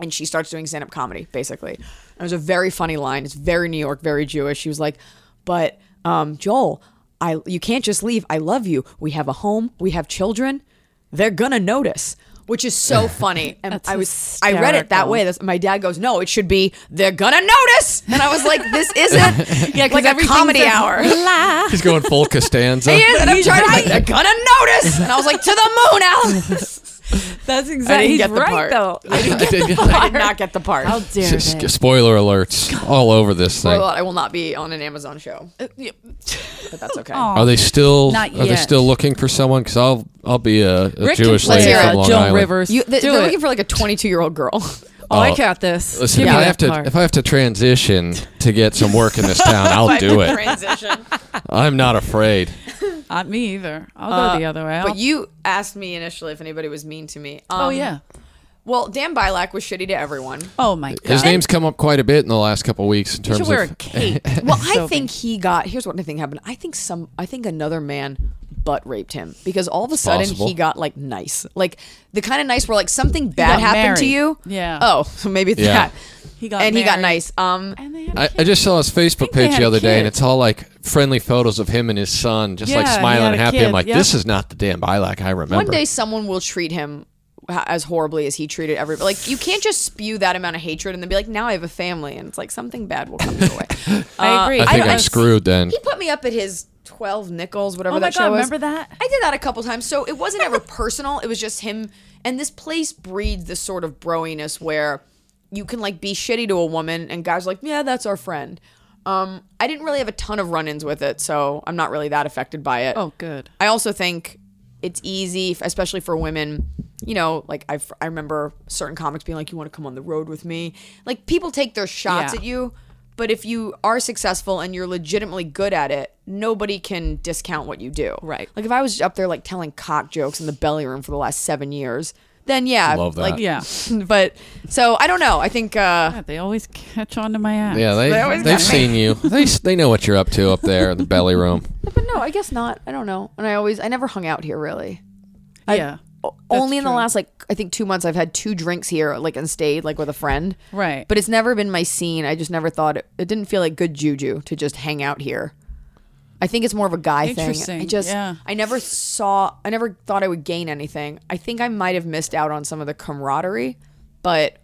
S4: and she starts doing stand-up comedy basically and it was a very funny line it's very new york very jewish she was like but um, joel I, you can't just leave i love you we have a home we have children they're gonna notice which is so funny and
S2: That's
S4: i was i read it that
S2: hysterical.
S4: way That's- my dad goes no it should be they're gonna notice and i was like this isn't
S2: Yeah, 'cause
S4: like a
S2: everything's
S4: comedy
S2: a
S4: hour
S2: lie.
S1: He's going full Costanza.
S4: He is, and i'm trying to like they're gonna notice and i was like to the moon alice
S2: That's
S4: I didn't
S2: exactly. He's
S4: get the
S2: right
S4: part.
S2: though.
S1: I did-
S4: i did not get the part
S2: How dare
S1: S-
S2: they?
S1: s- Spoiler alerts all over this thing.
S4: Well, i will not be on an amazon show
S2: Uh,
S4: but that's okay
S2: Aw.
S1: Are they still?
S2: Not
S1: Are they
S2: yet.
S1: still looking for someone? Because I'll I'll be a, a
S2: Rick
S1: Jewish
S2: can play
S1: lady
S4: hear
S2: uh,
S1: from
S4: it.
S1: Long
S2: Joan
S1: Island.
S2: Rivers.
S4: You, they,
S2: Do
S4: they're
S2: it.
S4: looking for like a 22 year old girl.
S2: oh,
S1: Oh.
S2: I got this.
S1: Listen,
S2: Give
S1: if
S2: me
S1: I
S2: that
S1: have to
S2: part.
S1: if I have to transition to get some work in this town, I'll do it.
S4: Transition.
S1: I'm not afraid.
S2: Not me either. I'll go the other way.
S4: Uh, But you asked me initially if anybody was mean to me. Um,
S2: oh yeah.
S4: Well, Dan Bilak was shitty to everyone.
S2: Oh my god.
S1: His name's come up quite a bit in the last couple of weeks in
S2: You
S1: terms
S2: should
S1: of
S2: wear a cape.
S4: Well, I
S2: So
S4: think he got. Here's what I think happened. I think some. I think another man butt raped him because all of a sudden
S1: possible.
S4: he got like nice, like the kind of nice where like something bad
S2: got
S4: happened to
S2: married.
S4: you.
S2: Yeah.
S4: Oh, so maybe it's
S1: Yeah.
S4: that.
S2: He got
S4: and he got
S2: married.
S4: nice. Um.
S2: And they had a
S1: I,
S2: cape.
S1: I just saw his Facebook
S2: think they
S1: page
S2: had
S1: the other day, and
S2: kids.
S1: it's all like friendly photos of him and his son, just like
S2: Yeah, he
S1: smiling
S2: had
S1: and
S2: a
S1: happy. I'm
S2: kid,
S1: like,
S2: yeah.
S1: this is not the Dan Bilak I remember.
S4: One day someone will treat him h- as horribly as he treated everybody. Like you can't just spew that amount of hatred and then be like, now I have a family, and it's like something bad will come your way.
S2: I agree.
S1: I think I am
S2: was-
S1: screwed then.
S4: He put me up at his twelve nickels, whatever
S2: Oh my
S4: that show
S2: god,
S4: was.
S2: remember that?
S4: I did that a couple times, so it wasn't ever personal. It was just him. And this place breeds this sort of broiness where you can like be shitty to a woman and guys are like, yeah, that's our friend. Um, I didn't really have a ton of run-ins with it, so I'm not really that affected by it.
S2: Oh, good.
S4: I also think it's easy, f- especially for women. You know, like I, I remember certain comics being like, "You want to come on the road with me?" Like people take their shots
S2: Yeah.
S4: at you, but if you are successful and you're legitimately good at it, nobody can discount what you do.
S2: Right.
S4: Like if I was up there like telling cock jokes in the belly room for the last seven years, then yeah,
S1: Love that.
S4: like
S2: Yeah.
S4: But so I don't know. I think uh,
S2: Yeah, they always catch on to my ass.
S1: Yeah,
S4: They always
S1: they,
S4: got me.
S1: they've seen you. They, s- they know what you're up to up there in the belly room. Uh,
S4: but no, I guess not. I don't know. And I always I never hung out here really. I-
S2: Yeah.
S4: o-
S2: That's
S4: only in the
S2: true.
S4: last like I think two months I've had two drinks here like and stayed like with a friend.
S2: Right.
S4: But it's never been my scene. I just never thought it, it didn't feel like good juju to just hang out here. I think it's more of a guy thing. I
S2: Interesting,
S4: just
S2: yeah.
S4: I never saw I never thought I would gain anything. I think I might have missed out on some of the camaraderie, but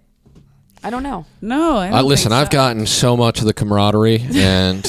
S4: I don't know.
S2: no, I don't
S1: Uh, listen, I've gotten so much of the camaraderie, and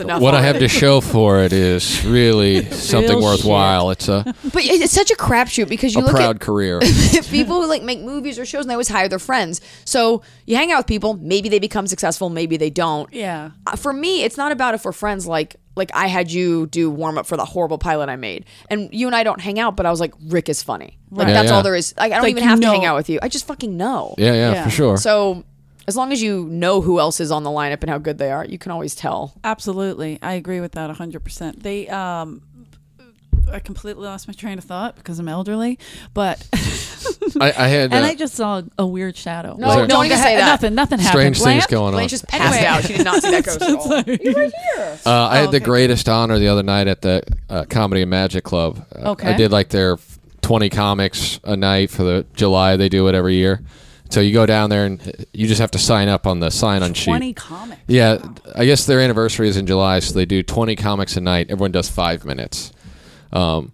S4: enough
S1: what I have
S4: already.
S1: to show for it is really something
S2: Real
S1: worthwhile. It's a,
S4: But it- it's such a crapshoot because you
S1: a
S4: look
S1: proud
S4: at
S1: career.
S4: people who like make movies or shows and they always hire their friends. So you hang out with people, maybe they become successful, maybe they don't.
S2: Yeah.
S4: Uh, for me, it's not about if we're friends. Like, like I had you do warm up for the horrible pilot I made, and you and I don't hang out. But I was like, Rick is funny. Like
S1: Right.
S4: that's
S1: Yeah,
S4: all
S1: yeah.
S4: there is. Like, I don't
S2: Like,
S4: even
S2: you
S4: have to
S2: know-
S4: hang out with you. I just fucking know.
S1: Yeah, yeah,
S2: Yeah.
S1: for sure.
S4: So as long as you know who else is on the lineup and how good they are, you can always tell.
S2: Absolutely. I agree with that 100%. They um I completely lost my train of thought because I'm elderly, but
S1: I, I had
S2: and
S1: uh,
S2: I just saw a weird shadow.
S4: No,
S1: Was there-
S4: don't
S2: it
S4: even
S2: ha-
S4: say that.
S2: Nothing, nothing
S1: strange
S2: happened.
S1: things
S2: Lance?
S1: going on.
S4: Blanche just passed out. She did not see that ghost at all.
S1: Uh, I
S4: Oh,
S1: had the
S2: okay.
S1: greatest honor the other night at the uh, Comedy and Magic Club. Uh,
S2: Okay.
S1: I did like their 20 comics a night for the July. They do it every year. So you go down there and uh, you just have to sign up on the sign on sheet.
S2: 20 comics.
S1: Yeah, I guess their anniversary is in July, so they do 20 comics a night. Everyone does five minutes. Um,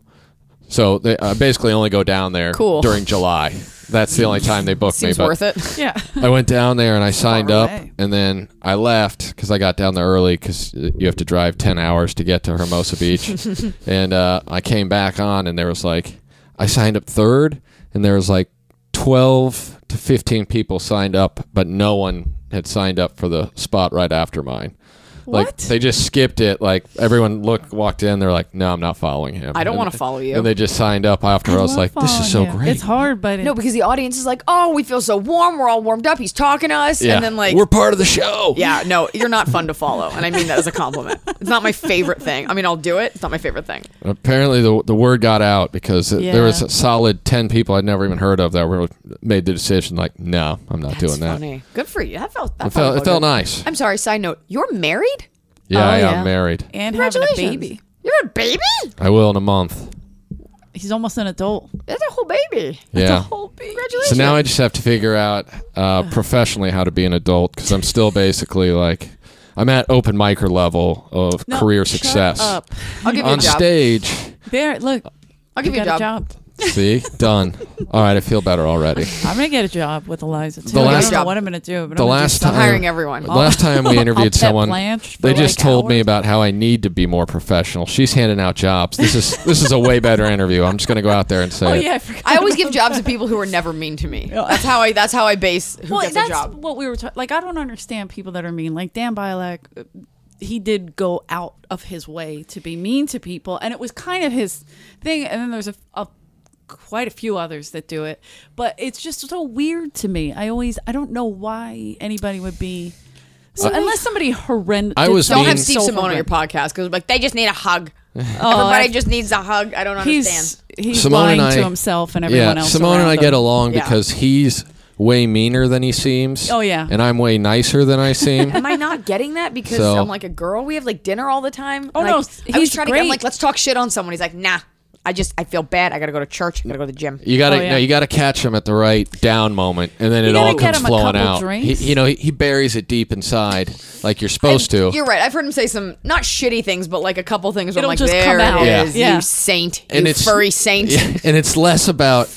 S1: so they uh, basically only go down there
S4: Cool.
S1: during July. That's the only time they book
S4: Seems
S1: me. but-
S4: worth it.
S2: Yeah.
S1: I went down there and I signed
S2: far
S1: up,
S2: away.
S1: and then I left because I got down there early because you have to drive ten hours to get to Hermosa Beach, and uh, I came back on, and there was like I signed up third, and there was like twelve to fifteen people signed up, but no one had signed up for the spot right after mine. Like
S2: What?
S1: they just skipped it. Like everyone looked walked in, they're like, "No, I'm not following him."
S4: I don't
S1: And-
S4: wanna follow you.
S1: And they just signed up after. I, was like,
S2: love
S1: "This is so
S2: following you.
S1: great."
S2: It's hard, but it,
S4: No, because the audience is like, oh, we feel so warm. We're all warmed up. He's talking to us,
S1: yeah.
S4: and then like
S1: we're part of the show.
S4: Yeah, no, you're not fun to follow, and I mean that as a compliment. It's not my favorite thing. I mean, I'll do it. It's not my favorite thing.
S1: Apparently, the the word got out because th-
S2: Yeah.
S1: there was a solid ten people I'd never even heard of that were made the decision like, no, I'm not doing that.
S4: Funny. Good for you. That felt. That
S1: It felt,
S4: probably
S1: it felt
S4: good.
S1: nice.
S4: I'm sorry. Side note: You're married.
S1: Yeah,
S2: Oh,
S1: I am
S2: yeah.
S1: married.
S2: and having a
S4: Congratulations.
S2: baby.
S4: You're a baby.
S1: I will in a month.
S2: He's almost an adult.
S4: That's a whole baby.
S1: Yeah.
S4: Congratulations.
S1: So now I just have to figure out uh, professionally how to be an adult because I'm still basically like, I'm at open micer level of
S2: No,
S1: career
S2: shut
S1: success
S2: up.
S4: I'll give you a
S1: on
S4: job.
S1: stage.
S2: There, look.
S4: I'll give you a
S2: got
S4: job.
S1: See, done. All right, I feel better already.
S2: I'm gonna get a job with Eliza too.
S1: The
S2: I
S1: last-
S2: don't know what I'm gonna do. But
S1: the
S2: I'm gonna do
S1: last
S2: something.
S1: time
S4: hiring everyone.
S1: The last time we
S2: I'll
S1: interviewed
S2: pet
S1: someone,
S2: Blanche for
S1: they
S2: like
S1: just told me
S2: hours.
S1: about how I need to be more professional. She's handing out jobs. This is this is a way better interview. I'm just going to go out there and say,
S2: Oh
S1: it.
S2: yeah, I forgot.
S4: I always give jobs to people who are never mean to me. That's how I. That's how I base who
S2: well,
S4: gets
S2: that's
S4: a job.
S2: what we were talking. Like, I don't understand people that are mean. Like Dan Bialek, uh, he did go out of his way to be mean to people, and it was kind of his thing. And then there's a, a quite a few others that do it, but it's just so weird to me. I always I don't know why anybody would be. So, unless somebody horrendous.
S1: I was
S4: Don't
S1: mean-
S4: have Steve
S2: so
S4: Simone on your
S2: horrend-
S4: podcast because like they just need a hug. Everybody
S2: I-
S4: just needs a hug. I don't understand.
S2: He's he's
S1: Simone
S2: lying
S1: and I-
S2: to himself and everyone else.
S1: Simone and
S2: around
S1: I get
S2: him.
S1: along
S4: Yeah.
S1: because he's way meaner than he seems.
S2: Oh, yeah.
S1: and I'm way nicer than I seem.
S4: Am I not getting that because
S1: So-
S4: I'm like a girl? We have like dinner all the time.
S2: Oh,
S4: like,
S2: no,
S4: I was
S2: he's
S4: trying to get him
S2: great.
S4: like, let's talk shit on someone. He's like, nah. I just I feel bad. I gotta go to church. I gotta go to the gym.
S1: You gotta
S2: Oh, yeah.
S1: no, you gotta catch him at the right down moment, and then it
S2: gotta
S1: all
S2: get
S1: comes
S2: him a
S1: flowing
S2: couple
S1: out.
S2: drinks.
S1: He, you know, he, he buries it deep inside, like you're supposed to.
S4: You're right. I've heard him say some not shitty things, but like a couple things. Where
S2: It'll
S4: I'm like,
S2: just
S4: there
S2: come out."
S4: it
S1: Yeah.
S4: is,
S2: Yeah.
S4: you saint,
S1: And
S4: you
S1: it's-
S4: furry saint.
S1: Yeah, and it's less about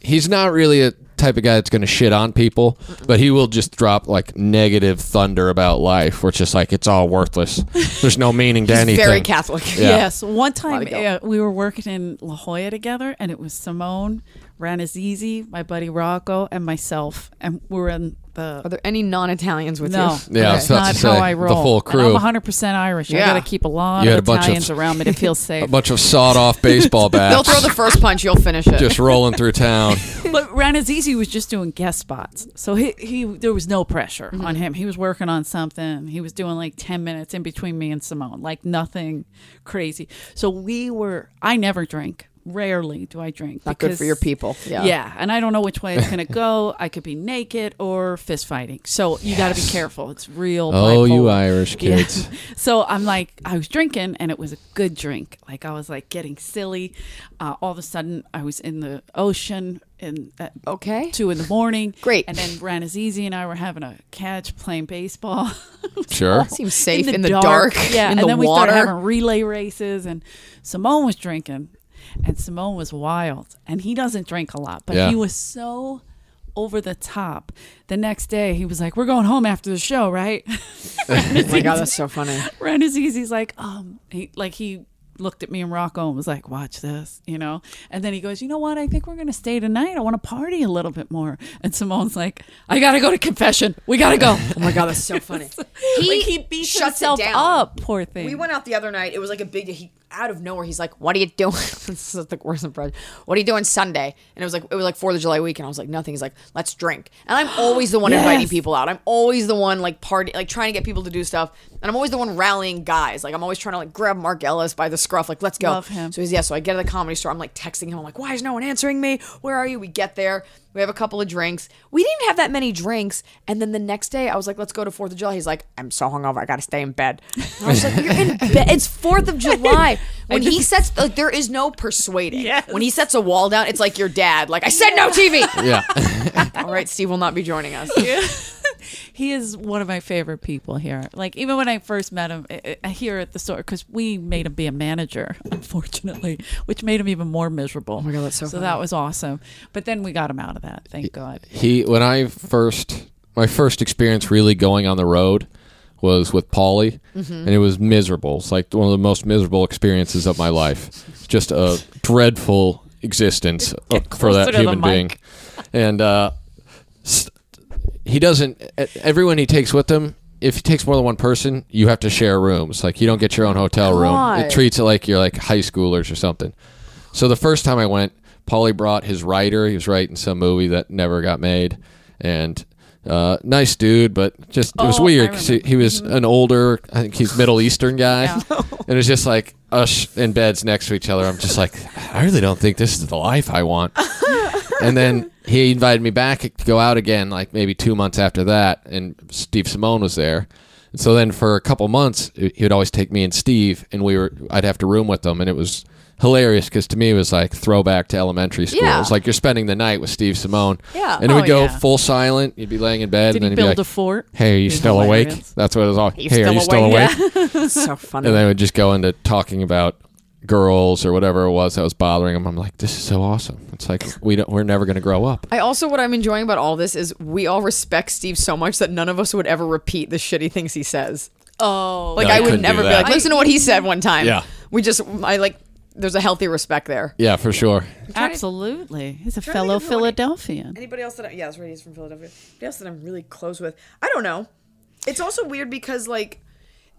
S1: he's not really a type of guy that's going to shit on people, but he will just drop like negative thunder about life, where it's just like it's all worthless. There's no meaning to
S4: He's
S1: anything.
S4: very Catholic.
S1: Yeah.
S2: Yes. One time
S4: guilt.
S2: uh, we were working in La Jolla together, and it was Simone, Ranazizi, my buddy Rocco, and myself, and we were in the
S4: Are there any non-Italians with
S2: no,
S4: you?
S1: Yeah, I
S2: that's
S1: was about
S2: not
S1: to say,
S2: how I
S1: the
S2: roll.
S1: full
S2: And
S1: crew.
S2: I'm 100 percent Irish. I
S4: Yeah.
S2: gotta keep a lot
S1: You had
S2: of
S1: a bunch of-
S2: Italians around me to feel
S1: A
S2: safe.
S1: bunch of sawed-off baseball bats.
S4: They'll throw the first punch. You'll finish it.
S1: just rolling through town.
S2: but Ranazizi was just doing guest spots, so he, he there was no pressure
S4: Mm-hmm.
S2: on him. He was working on something. He was doing like ten minutes in between me and Simone, like nothing crazy. So we were. I never drink. Rarely do I drink.
S4: Not good for
S2: because-
S4: your people. Yeah.
S2: and I don't know which way it's gonna go. I could be naked or fist fighting. So you got to be careful. It's real.
S1: Oh, you
S2: bipolar.
S1: Irish
S2: Yeah.
S1: kids.
S2: So I'm like, I was drinking, and it was a good drink. Like I was like getting silly. Uh, all of a sudden, I was in the ocean in at
S4: Okay.
S2: two in the morning.
S4: Great.
S2: And then Ranazizi and I were having a catch playing baseball.
S1: Sure.
S4: Seems safe in the, dark.
S2: Yeah,
S4: In
S2: and
S4: the
S2: then we
S4: water.
S2: started having relay races, and Simone was drinking, and Simone was wild, and he doesn't drink a lot, but
S1: Yeah.
S2: he was so over the top. The next day, he was like, "We're going home after the show, right?"
S4: oh my god, that's so funny. Oh
S2: Ranazizi's like, um, he like he looked at me and Rocco and was like, "Watch this," you know. And then he goes, "You know what? I think we're gonna stay tonight. I want to party a little bit more." And Simone's like, "I gotta go to confession. We gotta go."
S4: Oh my god, that's so funny.
S2: Like, he beats
S4: shuts it
S2: himself
S4: down.
S2: up, poor thing.
S4: We went out the other night. It was like a big. He out of nowhere. He's like, "What are you doing?" this is the worst impression. What are you doing Sunday? And it was like it was like Fourth of July week, and I was like, "Nothing." He's like, "Let's drink." And I'm always the one inviting
S2: Yes.
S4: people out. I'm always the one like party, like trying to get people to do stuff. And I'm always the one rallying guys. Like I'm always trying to like grab Mark Ellis by the scruff. Like, let's go.
S2: Love him.
S4: So he's yeah. So I get to the comedy store. I'm like texting him. I'm like, "Why is no one answering me? Where are you?" We get there. We have a couple of drinks. We didn't even have that many drinks. And then the next day, I was like, "Let's go to Fourth of July." He's like, "I'm so hungover. I gotta stay in bed." I was like, "You're in bed. It's Fourth of July." When he sets, like, there is no persuading.
S2: Yes.
S4: When he sets a wall down, it's like your dad. Like I said, no TV.
S1: Yeah.
S4: All right, Steve will not be joining us.
S2: he is one of my favorite people here. Like even when I first met him I- I- here at the store, because we made him be a manager, unfortunately, which made him even more miserable. Oh my
S4: God, that's so
S2: So
S4: funny.
S2: that was awesome. But then we got him out of that. Thank God.
S1: He when I first my first experience really going on the road was with Polly,
S2: Mm-hmm.
S1: and it was miserable. It's like one of the most miserable experiences of my life. Just a dreadful existence uh, for
S2: closer to
S1: that
S2: the
S1: human
S2: mic.
S1: being. And uh, s- he doesn't. e- Everyone he takes with him. If he takes more than one person, you have to share rooms. Like you don't get your own hotel room.
S4: God.
S1: It treats it like you're like high schoolers or something. So the first time I went, Paulie brought his writer. He was writing some movie that never got made, and uh, nice dude, but just it was
S2: Oh, I
S1: weird 'cause he,
S2: remember.
S1: he was an older, I think he's Middle Eastern guy, and it was just like us in beds next to each other. I'm just like, I really don't think this is the life I want. and then he invited me back to go out again, like maybe two months after that, and Steve Simone was there. And so then for a couple months, he would always take me and Steve, and we were I'd have to room with them, and it was hilarious because to me it was like throwback to elementary school.
S4: Yeah.
S1: It's like you're spending the night with Steve Simone.
S4: Yeah.
S1: and it would
S2: Oh,
S1: go
S2: yeah.
S1: full silent. You'd be laying in bed,
S2: Did
S1: and then
S2: he
S1: you'd be like,
S2: build a fort?
S1: "Hey, are you
S2: He's
S1: still awake?"
S2: hilarious.
S1: That's what it was all. Hey, are
S4: still
S1: you still
S4: awake?
S1: awake?
S4: so funny.
S1: And then I would just go into talking about girls or whatever it was that was bothering him. I'm like, this is so awesome. It's like we don't, we're never going to grow up.
S4: I also what I'm enjoying about all this is we all respect Steve so much that none of us would ever repeat the shitty things he says.
S2: Oh,
S4: Like
S1: No,
S4: I
S1: you
S4: would
S1: couldn't do
S4: never be
S1: that.
S4: like, listen to what he said one time.
S1: Yeah.
S4: We just I like there's a healthy respect there.
S1: Yeah, for sure.
S2: absolutely. He's a
S4: to
S2: fellow
S4: think of who I-
S2: Philadelphanian.
S4: Anybody else that I, yeah, that's right. He's from Philadelphia. Anybody else that I'm really close with? I don't know. It's also weird because like,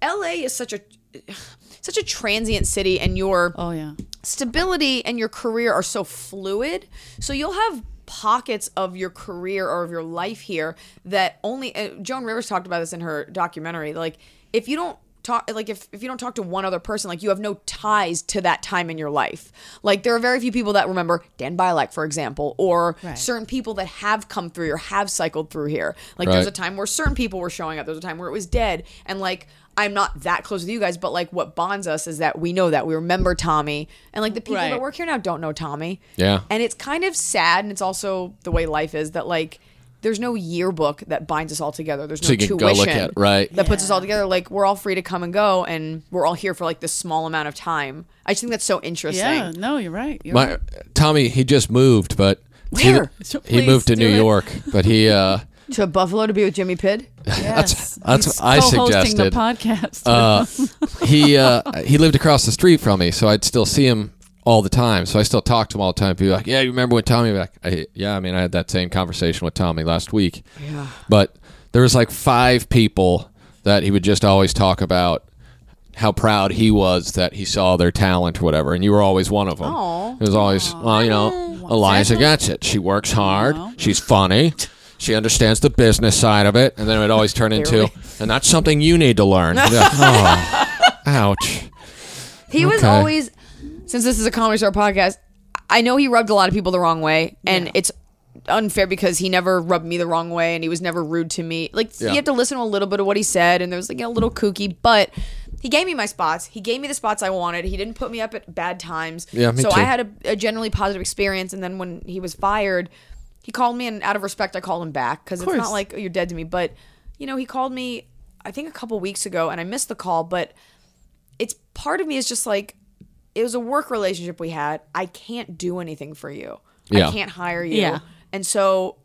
S4: L.A. is such a such a transient city, and your
S2: Oh yeah.
S4: stability and your career are so fluid. So you'll have pockets of your career or of your life here that only uh, Joan Rivers talked about this in her documentary. Like if you don't talk like if, if you don't talk to one other person like you have no ties to that time in your life like there are very few people that remember dan bilek for example or
S2: Right.
S4: certain people that have come through or have cycled through here like there's
S1: Right.
S4: a time where certain people were showing up there's a time where it was dead and like i'm not that close with you guys but like what bonds us is that we know that we remember tommy and like the people
S2: Right.
S4: that work here now don't know Tommy.
S1: Yeah.
S4: And it's kind of sad, and it's also the way life is that like there's no yearbook that binds us all together. There's no
S1: So you can
S4: tuition
S1: go look at- right.
S4: that puts us all together. Like we're all free to come and go, and we're all here for like this small amount of time. I just think that's so interesting.
S2: Yeah. No, you're right. You're
S1: My
S2: right.
S1: Tommy, he just moved, but he-
S4: Where?
S2: So
S1: he,
S2: please
S1: moved to
S2: do
S1: New
S2: it.
S1: York. But he uh,
S4: To Buffalo to be with Jimmy Pidd.
S2: Yes.
S1: that's
S2: He's
S1: what I
S2: co-hosting
S1: suggested.
S2: the podcast.
S1: uh, he uh, he lived across the street from me, so I'd still see him all the time. So I still talk to him all the time. People are like, yeah, you remember when Tommy? Like, I, yeah, I mean, I had that same conversation with Tommy last week.
S4: Yeah.
S1: But there was like five people that he would just always talk about how proud he was that he saw their talent or whatever, and you were always one of them.
S4: Aw.
S1: It was always, well, you know, Eliza gets it. She works hard. She's funny. She understands the business side of it, and then it would always turn into,
S4: Barely.
S1: and that's something you need to learn. You'd be like, "Oh, ouch.
S4: He was
S1: Okay.
S4: always, since this is a comedy store podcast, I know he rubbed a lot of people the wrong way, and it's unfair because he never rubbed me the wrong way, and he was never rude to me. Like
S1: Yeah.
S4: you have to listen to a little bit of what he said, and there was like a little kooky, but he gave me my spots. He gave me the spots I wanted. He didn't put me up at bad times.
S1: Yeah, me
S4: so
S1: too.
S4: I had a, a generally positive experience, and then when he was fired, he called me, and out of respect, I called him back because it's not
S2: course.
S4: like oh, you're dead to me, but you know, he called me. I think a couple weeks ago, and I missed the call, but it's part of me is just like it was a work relationship we had. I can't do anything for you.
S1: Yeah.
S4: I can't hire you.
S2: Yeah.
S4: And so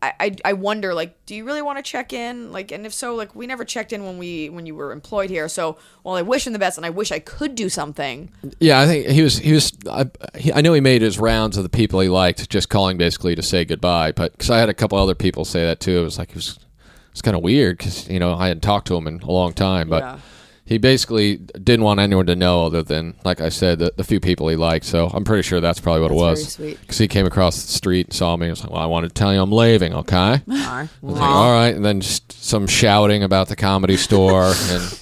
S4: I, I I wonder like, do you really want to check in? Like, and if so, like we never checked in when we when you were employed here. So while I wish him the best and I wish I could do something,
S1: Yeah, I think he was. He was. I, he, I know he made his rounds of the people he liked, just calling basically to say goodbye. But because I had a couple other people say that too, it was like it was. It's kind of weird because you know I hadn't talked to him in a long time, but
S4: Yeah.
S1: he basically didn't want anyone to know other than, like I said, the, the few people he liked. So I'm pretty sure that's probably what it
S4: That's
S1: was.
S4: very sweet.
S1: Because he came across the street, saw me, and was like, "Well, I wanted to tell you I'm leaving, okay?"
S4: I
S1: I was like, all right, and then just some shouting about the comedy store and.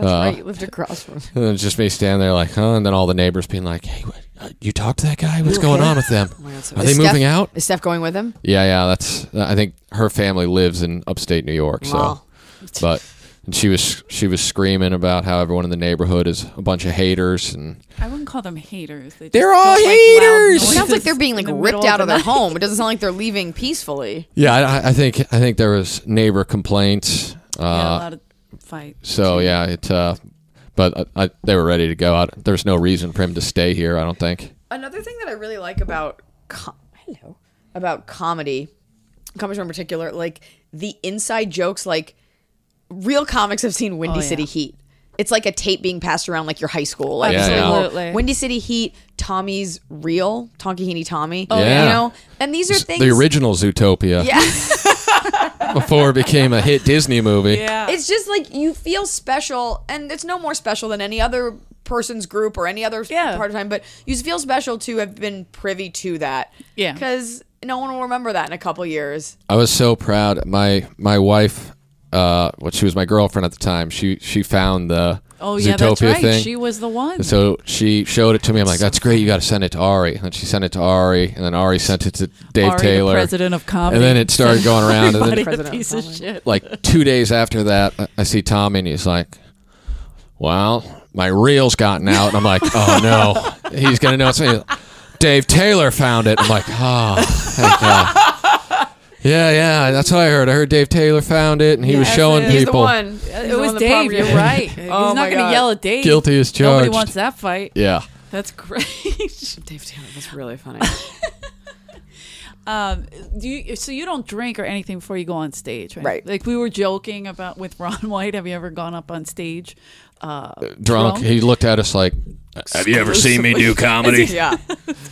S1: uh,
S4: right, you lived across from
S1: And then it's just me standing there like, huh? And then all the neighbors being like, hey, what, uh, you talk to that guy? What's going on with them? Are they moving out?
S4: Is Steph going with him?
S1: Yeah, yeah. That's. uh, I think her family lives in upstate New York. So,
S4: Wow.
S1: but and she was she was screaming about how everyone in the neighborhood is a bunch of haters and
S2: I wouldn't call them haters. They just
S1: They're
S2: don't
S1: all
S2: like loud
S1: haters!
S4: It
S1: Boy,
S4: sounds
S2: noises
S4: like they're being
S2: in
S4: like
S2: the middle
S4: ripped out of
S2: the night.
S4: their home. It doesn't sound like they're leaving peacefully.
S1: yeah, I, I think I think there was neighbor complaints. Uh,
S2: Yeah, a lot of fights.
S1: so yeah, it. Uh, but I, I, they were ready to go out. There's no reason for him to stay here. I don't think.
S4: Another thing that I really like about com- hello about comedy, comedy show in particular, like the inside jokes. Like real comics have seen Windy
S2: Oh, yeah.
S4: City Heat. It's like a tape being passed around like your high school. Like,
S1: Yeah, yeah.
S2: Absolutely.
S4: Windy City Heat, Tommy's real, Tonkahini Tommy.
S1: Oh, yeah.
S4: You know, and these are things.
S1: The original Zootopia. before it became a hit Disney movie.
S2: Yeah.
S4: It's just like you feel special, and it's no more special than any other person's group or any other
S2: Yeah.
S4: part of time. But you feel special to have been privy to that.
S2: Yeah.
S4: because no one will remember that in a couple years.
S1: I was so proud. My my wife, uh, well, she was my girlfriend at the time. She she found the
S2: Oh
S1: Zootopia
S2: yeah, that's right.
S1: thing.
S2: She was the one.
S1: And so she showed it to me. I'm like, that's great. You got to send it to Ari. And then she sent it to Ari, and then Ari sent it to Dave
S2: Ari, the
S1: Taylor,
S2: president of comedy.
S1: And then it started going around. And
S2: Everybody
S1: then
S2: a
S4: President
S2: piece of shit.
S1: like two days after that, I- I see Tommy, and he's like, "Well, my reel's gotten out," and I'm like, "Oh no, he's gonna know." So Dave Taylor found it. I'm like, "Oh, thank God." Yeah, yeah, that's what I heard. I heard Dave Taylor found it, and he was
S2: Yes,
S1: showing
S2: it is.
S4: He's the
S1: people.
S4: one. He's
S2: It
S4: the
S2: was
S4: one that
S2: Dave.
S4: prompted
S2: You're
S4: you.
S2: right. He's
S4: Oh my
S2: not going
S4: God.
S2: to yell at Dave.
S1: Guilty as
S2: Nobody
S1: charged.
S2: wants that fight.
S1: Yeah,
S2: That's great.
S4: Dave Taylor was really funny.
S2: Um, do you, so you don't drink or anything before you go on stage, right?
S4: Right.
S2: Like we were joking about with Ron White. Have you ever gone up on stage? Uh,
S1: drunk.
S2: Drunk?
S1: He looked at us like, "Have you ever seen me do comedy?"
S4: yeah,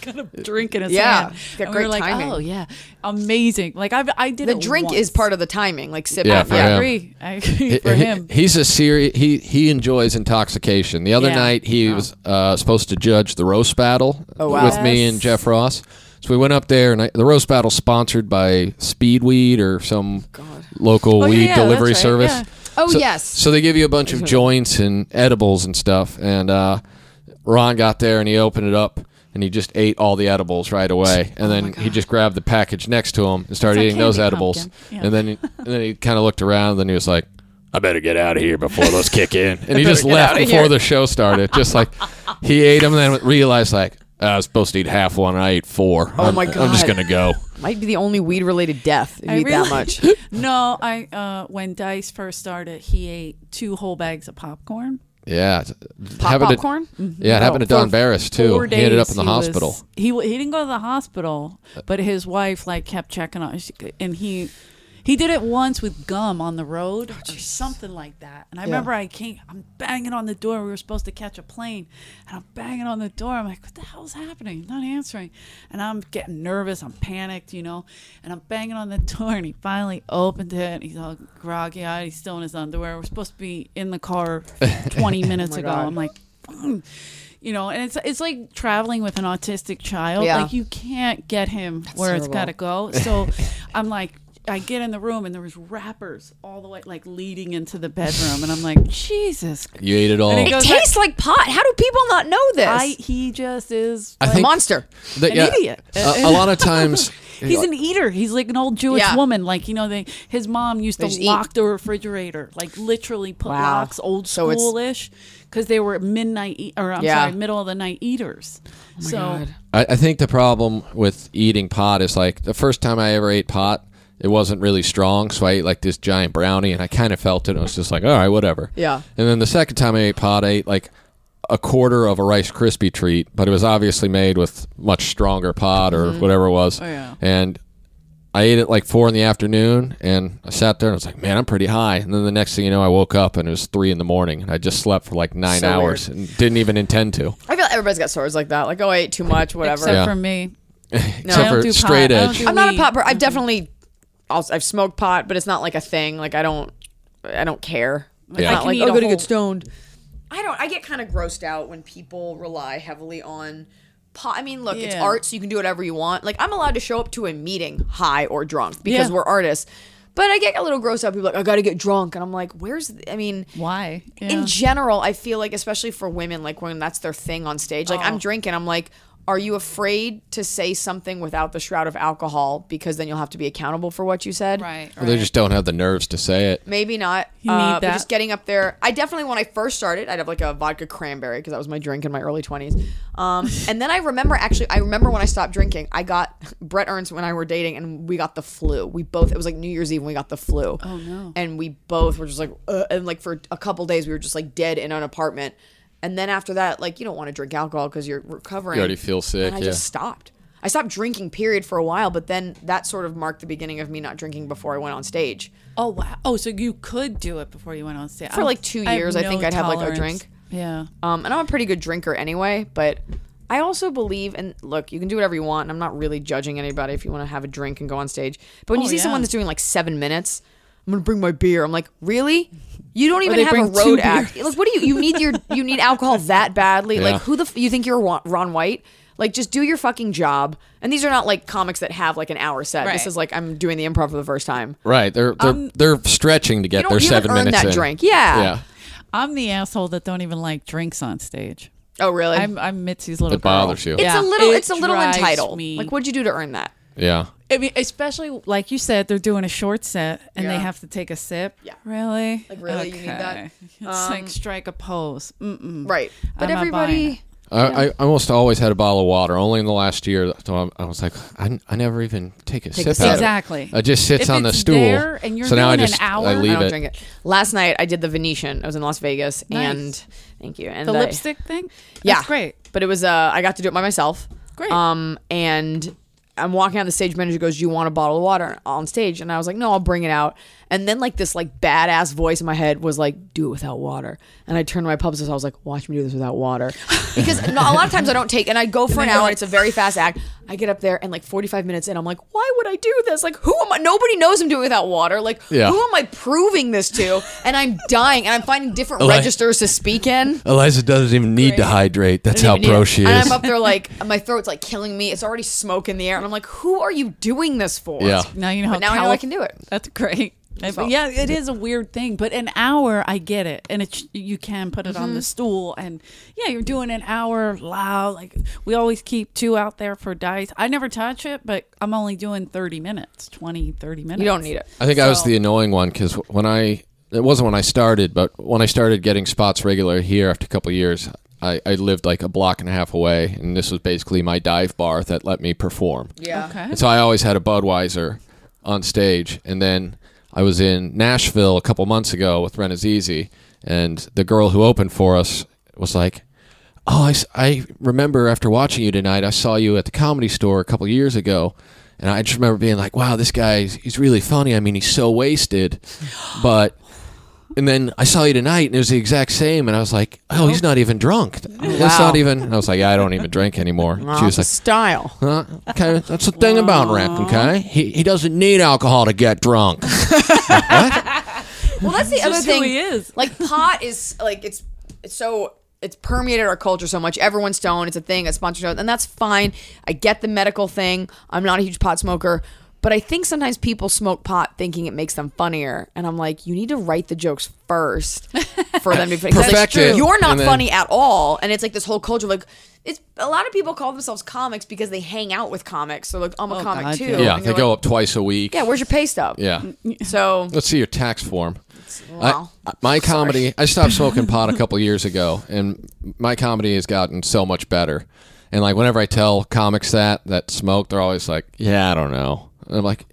S2: kind of drink in his
S4: Yeah.
S2: hand.
S4: Got
S2: And we
S4: great
S2: were like,
S4: timing.
S2: oh yeah, amazing. Like I've, I did
S4: the
S2: it
S4: drink
S2: once.
S4: is part of the timing. Like sip.
S1: Yeah,
S4: up.
S1: for
S2: I
S1: him.
S2: agree. I agree
S1: He-
S2: for
S1: he-
S2: him.
S1: he's a serious. He he enjoys intoxication. The other
S2: Yeah.
S1: night he was uh, supposed to judge the roast battle
S2: Oh,
S4: wow.
S1: with me and Jeff Ross. So we went up there, and I, the roast battle sponsored by Speedweed or some local
S2: Oh, yeah,
S1: weed
S2: yeah,
S1: delivery
S2: that's right,
S1: service.
S2: yeah.
S4: Oh
S1: So-
S4: yes.
S1: So they give you a bunch of joints and edibles and stuff. And uh, Ron got there and he opened it up and he just ate all the edibles right away. And then he just grabbed the package next to him and started
S2: Oh, It's like
S1: eating those
S2: candy
S1: edibles.
S2: pumpkin. Yeah.
S1: And then he, and then he kind of looked around. And then he was like, "I better get out of here before those kick in." And he just
S4: get
S1: left
S4: outta
S1: before
S4: here.
S1: the show started. Just like he ate them and then realized like. "Oh, I was supposed to eat half one. and I ate four. Oh I'm,
S4: my
S1: I'm just
S4: God.
S1: gonna go.
S4: Might be the only weed related death if you
S2: I
S4: eat that
S2: really-
S4: much.
S2: no, I uh, when Dice first started, he ate two whole bags of popcorn.
S1: Yeah,
S4: Pop
S1: happened to-
S4: popcorn.
S1: yeah, it happened to
S2: for
S1: Don Barris too.
S2: Four
S1: He ended up
S2: days
S1: in the
S2: he was-
S1: hospital.
S2: he w- he didn't go to the hospital, but his wife like kept checking on, she- and he He did it once with gum on the road or something like that. And I remember I came, I'm banging on the door. We were supposed to catch a plane, and I'm banging on the door. I'm like, what the hell's happening? He's not answering. And I'm getting nervous. I'm panicked, you know. And I'm banging on the door, and he finally opened it. And he's all groggy eyed. He's still in his underwear. We're supposed to be in the car 20 minutes ago.
S4: God.
S2: I'm like, "Mm." you know, and it's it's like traveling with an autistic child.
S4: Yeah.
S2: Like you can't get him where it's
S4: terrible.
S2: got to go. So I'm like, I get in the room and there was wrappers all the way like leading into the bedroom, and I'm like, Jesus.
S1: You ate it all.
S2: And it
S4: It
S2: goes-
S4: tastes like pot. How do people not know this?
S2: I, he just is
S1: I
S2: like
S1: think-
S4: Monster.
S1: That-
S2: an idiot.
S1: A, a lot of times.
S2: He's an eater. He's like an old Jewish
S4: Yeah.
S2: woman. Like you know, they his mom used
S4: just
S2: to
S4: eat.
S2: lock the refrigerator, like literally put
S4: Wow.
S2: locks, old
S4: So it's-
S2: schoolish, because they were midnight eat- or I'm
S4: Yeah.
S2: sorry, middle of the night eaters. so
S1: I, I think the problem with eating pot is like the first time I ever ate pot, it wasn't really strong, so I ate like this giant brownie, and I kind of felt it. and I was just like, all right, whatever.
S4: Yeah.
S1: And then the second time I ate pot, I ate like a quarter of a Rice Krispie treat, but it was obviously made with much stronger pot or whatever it was. Oh,
S2: Mm-hmm. yeah.
S1: And I ate it like four in the afternoon, and I sat there and I was like, man, I'm pretty high. And then the next thing you know, I woke up and it was three in the morning, and I just slept for like nine
S4: So
S1: hours and didn't even intend to,
S4: I feel like everybody's got stories like that. Like, oh, I ate too much, whatever.
S2: except
S1: Yeah.
S2: for me, I
S1: except
S2: don't
S1: for
S2: do pot.
S1: straight
S2: I don't
S1: edge.
S2: do
S4: I'm not a
S2: weed.
S4: pot. Per- I've definitely, I'll, I've smoked pot, but it's not like a thing. Like I don't, I don't care. It's
S1: Yeah. I
S4: not
S2: can
S4: like
S2: eat
S4: oh,
S2: a
S4: I'm gonna
S2: whole-
S4: get stoned. I don't. I get kind of grossed out when people rely heavily on pot. I mean, look, it's
S2: Yeah.
S4: art, so you can do whatever you want. Like I'm allowed to show up to a meeting high or drunk because
S2: Yeah.
S4: we're artists. But I get a little grossed out. People are like I gotta get drunk, and I'm like, where's? I mean,
S2: why? Yeah.
S4: in general, I feel like, especially for women, like when that's their thing on stage, like I'm
S2: Oh.
S4: drinking, I'm like, are you afraid to say something without the shroud of alcohol because then you'll have to be accountable for what you said?
S2: right.
S1: Or They just don't have the nerves to say it.
S4: Maybe not.
S2: You
S4: uh,
S2: need
S4: but
S2: that.
S4: just getting up there. I definitely, when I first started, I'd have like a vodka cranberry because that was my drink in my early 20s. Um, and then I remember actually, I remember when I stopped drinking, I got Brett Ernst when I were dating and we got the flu. We both, it was like New Year's Eve when we got the flu. Oh
S2: no.
S4: And we both were just like, uh, and like for a couple days, we were just like dead in an apartment. And then after that, like you don't want to drink alcohol because you're recovering.
S1: You already feel sick,
S4: And I
S1: yeah.
S4: just stopped. I stopped drinking, period, for a while, but then that sort of marked the beginning of me not drinking before I went on stage.
S2: oh wow. Oh, so you could do it before you went on stage.
S4: For, like, two
S2: have
S4: years, I think I'd have, like, a drink.
S2: Yeah.
S4: Um, and I'm a pretty good drinker anyway, but I also believe, and look, you can do whatever you want, and I'm not really judging anybody if you want to have a drink and go on stage. But when you
S2: Oh,
S4: see someone
S2: yeah.
S4: that's doing like seven minutes, I'm gonna bring my beer. I'm like, really? You don't even
S2: they
S4: have a
S2: bring two
S4: road act. Like, what do you? You need your you need alcohol that badly?
S1: Yeah.
S4: Like, who the f- you think you're Wa- Ron White? Like, just do your fucking job. And these are not like comics that have like an hour set. This
S2: Right.
S4: is like I'm doing the improv for the first time.
S1: Right. They're they're, they're stretching to get
S4: You
S1: their
S4: don't you
S1: seven
S4: haven't earned
S1: minutes
S4: that
S1: in.
S4: drink. Yeah.
S1: Yeah.
S2: I'm the asshole that don't even like drinks on stage.
S4: Oh, really?
S2: I'm I'm Mitzi's little.
S1: It bothers
S2: girl.
S1: you.
S4: it's
S2: Yeah.
S4: a little.
S2: It
S4: it's a little
S2: drives
S4: entitled.
S2: me
S4: Like, what'd you do to earn that?
S1: Yeah.
S2: I mean, especially like you said, they're doing a short set and
S4: Yeah.
S2: they have to take a sip.
S4: Yeah.
S2: Really?
S4: Like, really? You need that? um,
S2: Okay. It's like strike a pose. Mm-mm.
S4: Right. But
S2: I'm not buying
S4: everybody.
S2: it.
S1: I, I almost always had a bottle of water. Only in the last year, so I'm, I was like, I, I never even take a
S4: a
S1: sip. out
S4: sip.
S1: of it.
S2: Exactly.
S1: It just sits
S2: If
S1: on the
S2: it's
S1: stool.
S2: there and you're
S1: so now I
S2: doing an
S1: just I
S2: hour,
S1: leave
S4: I don't
S1: it.
S4: drink it. Last night I did the Venetian. I was in Las Vegas
S2: Nice.
S4: and thank you. And
S2: The
S4: I-
S2: lipstick thing.
S4: Yeah,
S2: That's great.
S4: But it was uh, I got to do it by myself.
S2: Great.
S4: Um, and I'm walking out. The stage manager goes, "Do you want a bottle of water on stage?" And I was like, "No, I'll bring it out." And then like this like badass voice in my head was like, "Do it without water." And I turned to my publicist. I was like, "Watch me do this without water," because no, a lot of times I don't take. And I go for an hour. and It's a very fast act. I get up there and like 45 minutes in, I'm like, "Why would I do this? Like, who am I? Nobody knows I'm doing it without water. Like,
S1: Yeah.
S4: who am I proving this to?" And I'm dying. And I'm finding different
S1: Like-
S4: registers to speak in.
S1: Eliza doesn't even need to hydrate. That's how
S4: Didn't even
S1: pro
S4: need it.
S1: she
S4: And
S1: is.
S4: I'm up there like my throat's like killing me. It's already smoke in the air, and I'm like, "Who are you doing this for?"
S1: Yeah.
S2: Now you know how
S4: But now I know
S2: Calif-
S4: I can do it.
S2: That's great. I-
S4: So-
S2: yeah, it is a weird thing, but an hour, I get it, and it you can put it on
S4: Mm-hmm.
S2: the stool, and yeah, you're doing an hour loud. Like we always keep two out there for dice. I never touch it, but I'm only doing 30 minutes, 20, 30 minutes.
S4: You don't need it.
S1: I think I was
S2: So-
S1: the annoying one because when I it wasn't when I started, but when I started getting spots regular here after a couple of years, I, I lived like a block and a half away, and this was basically my dive bar that let me perform.
S4: Yeah.
S2: Okay.
S1: And so I always had a Budweiser on stage, and then I was in Nashville a couple months ago with Ren Azizi, and the girl who opened for us was like. Oh, I, s- I remember after watching you tonight, I saw you at the comedy store a couple years ago, And I just remember being like, wow, this guy, he's- he's really funny. I mean, he's so wasted. But, and then I saw you tonight and it was the exact same. And I was like, oh, he's not even drunk. That's
S4: Wow.
S1: not even, and I was like, yeah, I don't even drink anymore.
S4: Wow,
S1: She was
S4: the
S1: like,
S4: style.
S1: Huh? Okay, that's the thing about Rick. Okay, he, he doesn't need alcohol to get drunk.
S4: Well, that's the other
S2: just who
S4: thing.
S2: he is.
S4: Like pot is like it's it's so it's permeated our culture so much. Everyone's stoned. It's a thing. It's sponsored, shows, and that's fine. I get the medical thing. I'm not a huge pot smoker, but I think sometimes people smoke pot thinking it makes them funnier, and I'm like, you need to write the jokes first for them to because
S1: Perfect it,
S4: you're not
S1: and then-
S4: funny at all, and it's like this whole culture like. It's a lot of people call themselves comics because they hang out with comics. So like, I'm a
S2: Oh,
S4: comic
S2: God,
S4: too.
S2: yeah.
S4: And
S1: Yeah,
S4: you're
S1: they
S4: like,
S1: go up twice a week.
S4: Yeah, mm, where's your pay stub?
S1: Yeah.
S4: So
S1: Let's see your tax form.
S4: Wow.
S1: I, my comedy. I stopped smoking pot a couple years ago, and my comedy has gotten so much better. And like whenever I tell comics that that smoke, they're always like, "Yeah, I don't know." And I'm like,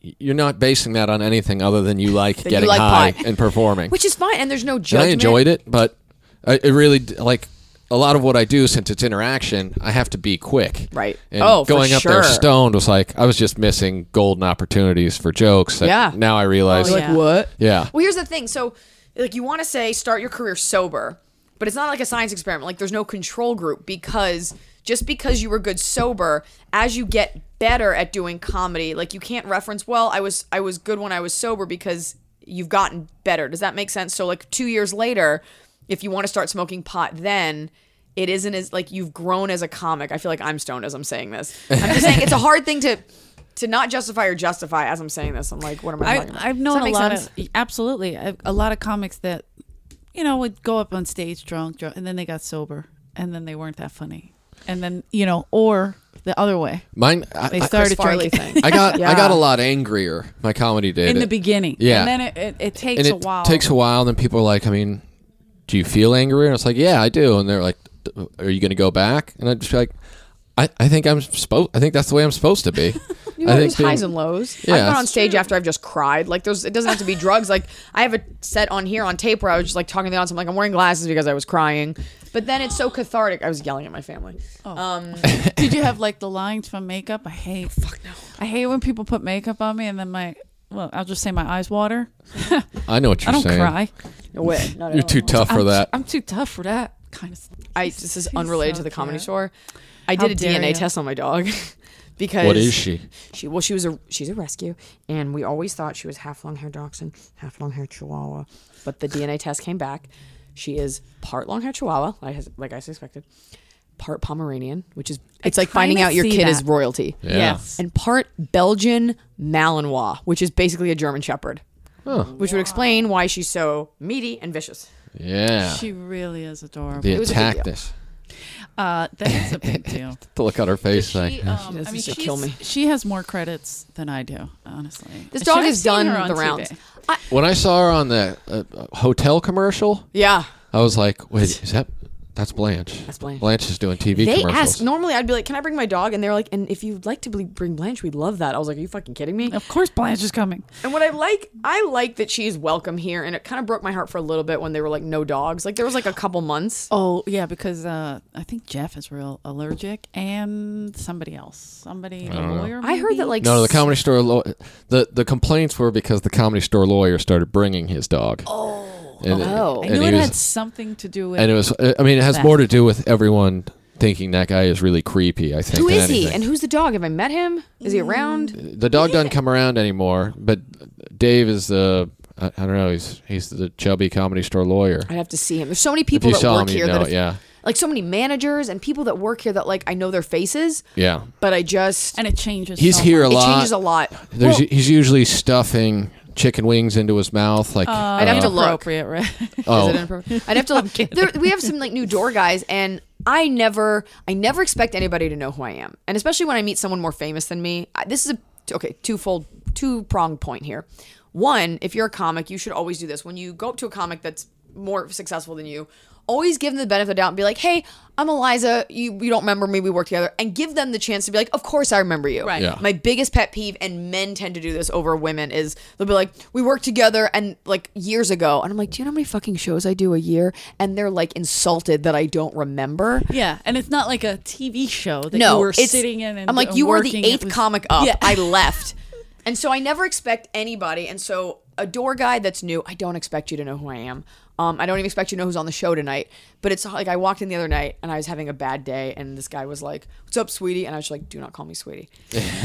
S1: "You're not basing that on anything other than you like
S4: you
S1: getting
S4: like
S1: high
S4: pot."
S1: and performing."
S4: which is fine, and there's no
S1: and
S4: judgment.
S1: I enjoyed it, but I, it really d- like a lot of what I do since it's interaction. I have to be quick,
S4: Right.
S1: And
S4: Oh, for
S1: going up there
S4: sure.
S1: stoned was like I was just missing golden opportunities for jokes. That
S4: Yeah.
S1: Now I realize.
S2: Oh,
S1: yeah.
S2: yeah. Like,
S4: what?
S1: yeah.
S4: Well, here's the thing. So, like, you want to say start your career sober, but it's not like a science experiment. Like, there's no control group because just because you were good sober, as you get better at doing comedy, like you can't reference, well, I was I was good when I was sober because you've gotten better. Does that make sense? So, like, two years later, if you want to start smoking pot, then it isn't as like you've grown as a comic. I feel like I'm stoned as I'm saying this. I'm just saying it's a hard thing to. To not justify or justify as I'm saying this, I'm like, what am I
S2: I,
S4: talking about?
S2: I've
S4: Does
S2: known
S4: that
S2: a
S4: make
S2: lot
S4: sense?
S2: of absolutely I, a lot of comics that you know would go up on stage drunk, drunk, and then they got sober, and then they weren't that funny, and then you know, or the other way,
S1: Mine. I,
S2: they
S1: I-
S2: started
S4: Farley
S2: drinking
S4: thing.
S1: I got I
S4: Yeah.
S1: got a lot angrier. My comedy did
S2: in the
S1: it.
S2: beginning.
S1: Yeah.
S2: and then it, it, it takes
S1: and
S2: a
S1: it
S2: while.
S1: takes a while. Then people are like, I mean, do you feel angry? And it's like, yeah, I do. And they're like, "D- are you going to go back? And I'd just be like, I, I think I'm supposed. I think that's the way I'm supposed to be. I think
S4: there's highs
S1: being-
S4: and lows.
S1: Yeah,
S4: I've gone on
S1: it's
S4: stage after I've just cried. Like there's, it doesn't have to be drugs. Like I have a set on here on tape where I was just like talking to the audience. I'm like, I'm wearing glasses because I was crying. But then it's so cathartic. I was yelling at my family.
S2: Oh.
S4: Um,
S2: Did you have like the lines from makeup? I hate.
S1: Oh,
S2: Fuck no. I hate when people put makeup on me and then my. Well, I'll just say my eyes water.
S1: I know what you're
S2: I don't
S1: saying.
S2: cry.
S4: no way. Not at
S1: You're
S4: all.
S1: too tough for
S2: I'm,
S1: that.
S2: I'm too tough for that kind of stuff.
S4: I, this is
S2: She's
S4: unrelated
S2: so
S4: to the comedy
S2: cute.
S4: store. I
S2: How
S4: did a
S2: dare
S4: DNA
S2: you.
S4: test on my dog because
S1: What is she?
S4: She well, she was a she's a rescue, and we always thought she was half long hair dachshund, half long hair chihuahua. But the DNA test came back. She is part long hair chihuahua, like I, like I suspected, part Pomeranian, which is it's like finding
S2: kinda
S4: out your
S2: see
S4: kid is
S2: that.
S4: royalty,
S1: Yeah.
S2: Yes.
S4: and part Belgian Malinois, which is basically a German Shepherd,
S1: Oh,
S4: which would explain why she's so meaty and vicious.
S1: yeah.
S2: She really is adorable.
S1: the
S4: was a big deal.
S1: attackness.
S2: Uh, that is a big deal.
S1: The look on her face.
S2: She,
S1: like,
S2: um,
S4: does
S2: I mean,
S4: this to
S2: she's,
S4: kill me.
S2: she has more credits than I do, honestly.
S4: This
S2: Should
S4: dog
S2: I've
S4: has
S2: seen
S4: done
S2: her on
S4: the
S2: TV?
S4: rounds.
S1: when I saw her on the uh, uh, hotel commercial,
S4: Yeah,
S1: I was like, wait, is that that's Blanche?
S4: That's Blanche.
S1: Blanche is doing TV
S4: they
S1: commercials.
S4: asked. Normally, I'd be like, "Can I bring my dog?" And they're like, "And if you'd like to bl- bring Blanche, we'd love that." I was like, "Are you fucking kidding me?"
S2: Of course, Blanche is coming.
S4: And what I like, I like that she's welcome here, and it kind of broke my heart for a little bit when they were like no dogs. Like there was like a couple months.
S2: Oh yeah, because uh, I think Jeff is real allergic, and somebody else, somebody a lawyer.
S4: I heard
S2: maybe?
S4: that like
S1: No, the comedy store. Lo- the the complaints were because the comedy store lawyer started bringing his dog. Oh, and,
S4: Oh.
S2: I
S1: and
S2: knew
S1: he
S2: it
S1: was-
S2: had something to do with.
S1: and it was. I mean, it has more to do with everyone thinking that guy is really creepy. I think.
S4: who
S1: than
S4: is he
S1: anything. Uh,
S4: and who's the dog? Have I met him? Is he around?
S1: the dog doesn't come around anymore. But Dave is the. I, I don't know. He's he's the chubby comedy store lawyer.
S4: I'd have to see him. There's so many
S1: If
S4: people
S1: you
S4: that
S1: saw
S4: work
S1: him,
S4: here
S1: you know.
S4: that have,
S1: it, yeah,
S4: like so many managers and people that work here that like I know their faces,
S1: yeah.
S4: but I just
S2: and it changes.
S1: He's
S2: so
S1: here
S2: much.
S1: a
S4: Oh, it
S1: lot.
S4: changes a lot.
S1: There's, he's usually stuffing chicken wings into his mouth. Like
S4: Uh,
S1: uh,
S4: I'd have to look.
S2: Appropriate, right?
S1: oh,
S4: Is it inappropriate? I'd have to. Look. There, we have some like new door guys, and I never, I never expect anybody to know who I am, and especially when I meet someone more famous than me. I- This is a okay twofold, two pronged point here. One, if you're a comic, you should always do this when you go up to a comic that's more successful than you. always give them the benefit of the doubt and be like, hey, I'm Eliza. You, you don't remember me. We work together. And give them the chance to be like, of course I remember you.
S2: Right. Yeah.
S4: My biggest pet peeve, and men tend to do this over women, is they'll be like, we worked together and like years ago. And I'm like, do you know how many fucking shows I do a year? And they're like insulted that I don't remember.
S2: Yeah, and it's not like a TV show that
S4: no,
S2: you were
S4: it's-
S2: sitting in. And
S4: I'm like,
S2: and
S4: you were the
S2: working. It
S4: eighth
S2: was-
S4: comic up.
S2: Yeah.
S4: I left, and so I never expect anybody. And so a door guy that's new, I don't expect you to know who I am. Um, I don't even expect you to know who's on the show tonight. But it's like I walked in the other night and I was having a bad day, and this guy was like, "What's up, sweetie?" And I was like, "Do not call me sweetie."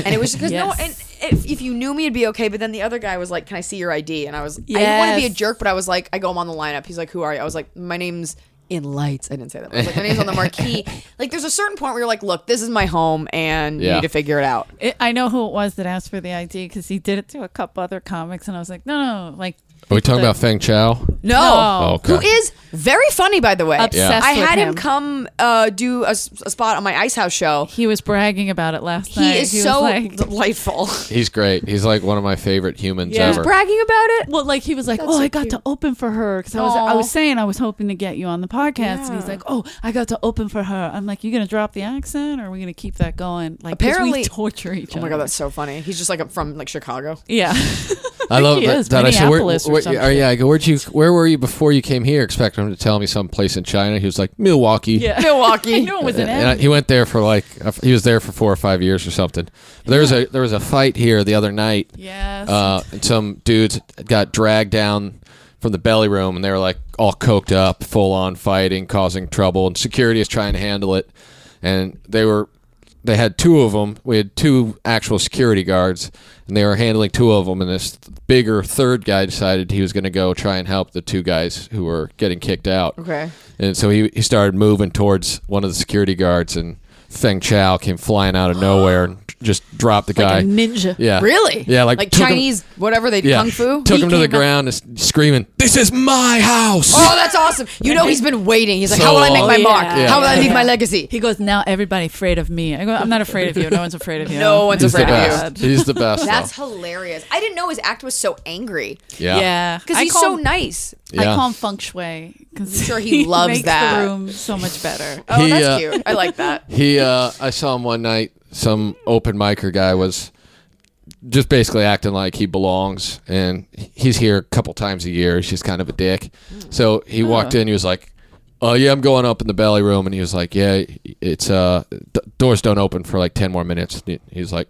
S4: And it was because
S2: Yes.
S4: no, and if, if you knew me, it'd be okay. But then the other guy was like, "Can I see your ID?" And I was, I didn't want to be a
S2: Yes.
S4: jerk, but I was like, I go, I'm on the lineup. He's like, who are you? I was like, my name's in lights. I didn't say that. I was like, my name's on the marquee. Like, there's a certain point where you're like, look, this is my home, and you
S1: Yeah.
S4: need to figure it out.
S2: It, I know who it was that asked for the ID because he did it to a couple other comics, and I was like, no, no, like
S1: Are we talking about Feng Chao?
S4: No.
S2: No.
S1: Oh, Okay.
S4: Oh. Who is very funny, by the way.
S2: Obsessed
S4: I had
S2: with
S4: him,
S2: him.
S4: come uh, do a, s- a spot on my Ice House show.
S2: he was bragging about it last
S4: He
S2: night.
S4: is
S2: was
S4: so
S2: like,
S4: delightful.
S1: He's great. He's like one of my favorite humans
S2: Yeah.
S1: ever.
S4: Bragging about it.
S2: well, like he was like, oh,
S4: so
S2: I got to open for her because I was I
S4: Aw.
S2: was saying I was hoping to get you on the podcast, and he's
S4: Yeah.
S2: like, oh, I got to open for her. I'm like, you gonna drop the accent, or are we gonna keep that going? Like 'cause
S4: Apparently-
S2: we torture each
S4: Oh
S2: other.
S4: my god, that's so funny. He's just like from like Chicago.
S2: yeah.
S1: I love
S2: he
S1: that.
S2: is,
S1: that I said, where,
S2: Minneapolis or
S1: where-
S2: something.
S1: oh, yeah, I go, where'd you, where were you before you came here? Expecting him to tell me some place in China. He was like Milwaukee.
S2: yeah.
S4: Milwaukee.
S2: I knew it was an
S1: And I-
S2: end.
S1: he went there for like a f- he was there for four or five years or something. There was a there was a fight here the other night.
S2: Yes.
S1: Uh, and some dudes got dragged down from the belly room, and they were like all coked up, full on fighting, causing trouble. And security is trying to handle it. And they were they had two of them. We had two actual security guards, and they were handling two of them. And this bigger third guy decided he was going to go try and help the two guys who were getting kicked out.
S4: Okay.
S1: And so he, he started moving towards one of the security guards, and Feng Chao came flying out of nowhere and just dropped the guy.
S2: like a ninja.
S1: yeah,
S4: Really?
S1: Yeah, like,
S4: like
S1: took him-
S4: Chinese, whatever they do,
S1: yeah,
S4: kung fu.
S1: Took
S2: He
S1: him to the
S2: came up-
S1: ground and s- screaming, "This is my house!"
S4: Oh, that's awesome. You know he's been waiting. He's like,
S1: So
S4: how will I make
S1: long.
S4: my
S1: Oh,
S4: mark?
S2: yeah.
S4: How will I
S2: Yeah.
S4: leave my legacy?
S2: He goes, now everybody afraid of me. I go, I'm not afraid of you. No one's afraid of you.
S4: No one's
S1: He's the
S4: afraid of you.
S1: best. He's the best.
S4: That's
S1: though.
S4: hilarious. I didn't know his act was so angry.
S1: yeah.
S2: Yeah.
S4: Because
S2: I
S4: he's
S2: call
S4: so
S2: him-
S4: nice.
S1: Yeah.
S2: I call him feng shui because
S4: sure he loves
S2: makes
S4: that.
S2: the room so much better.
S4: Oh,
S1: He,
S4: that's
S1: uh,
S4: cute. I like that.
S1: He, uh, I saw him one night. Some open micer guy was just basically acting like he belongs, and he's here a couple times a year. He's just kind of a dick. So he walked in. He was like, "Oh yeah, I'm going up in the belly room," and he was like, "Yeah, it's uh, d- doors don't open for like ten more minutes." And he- He's like.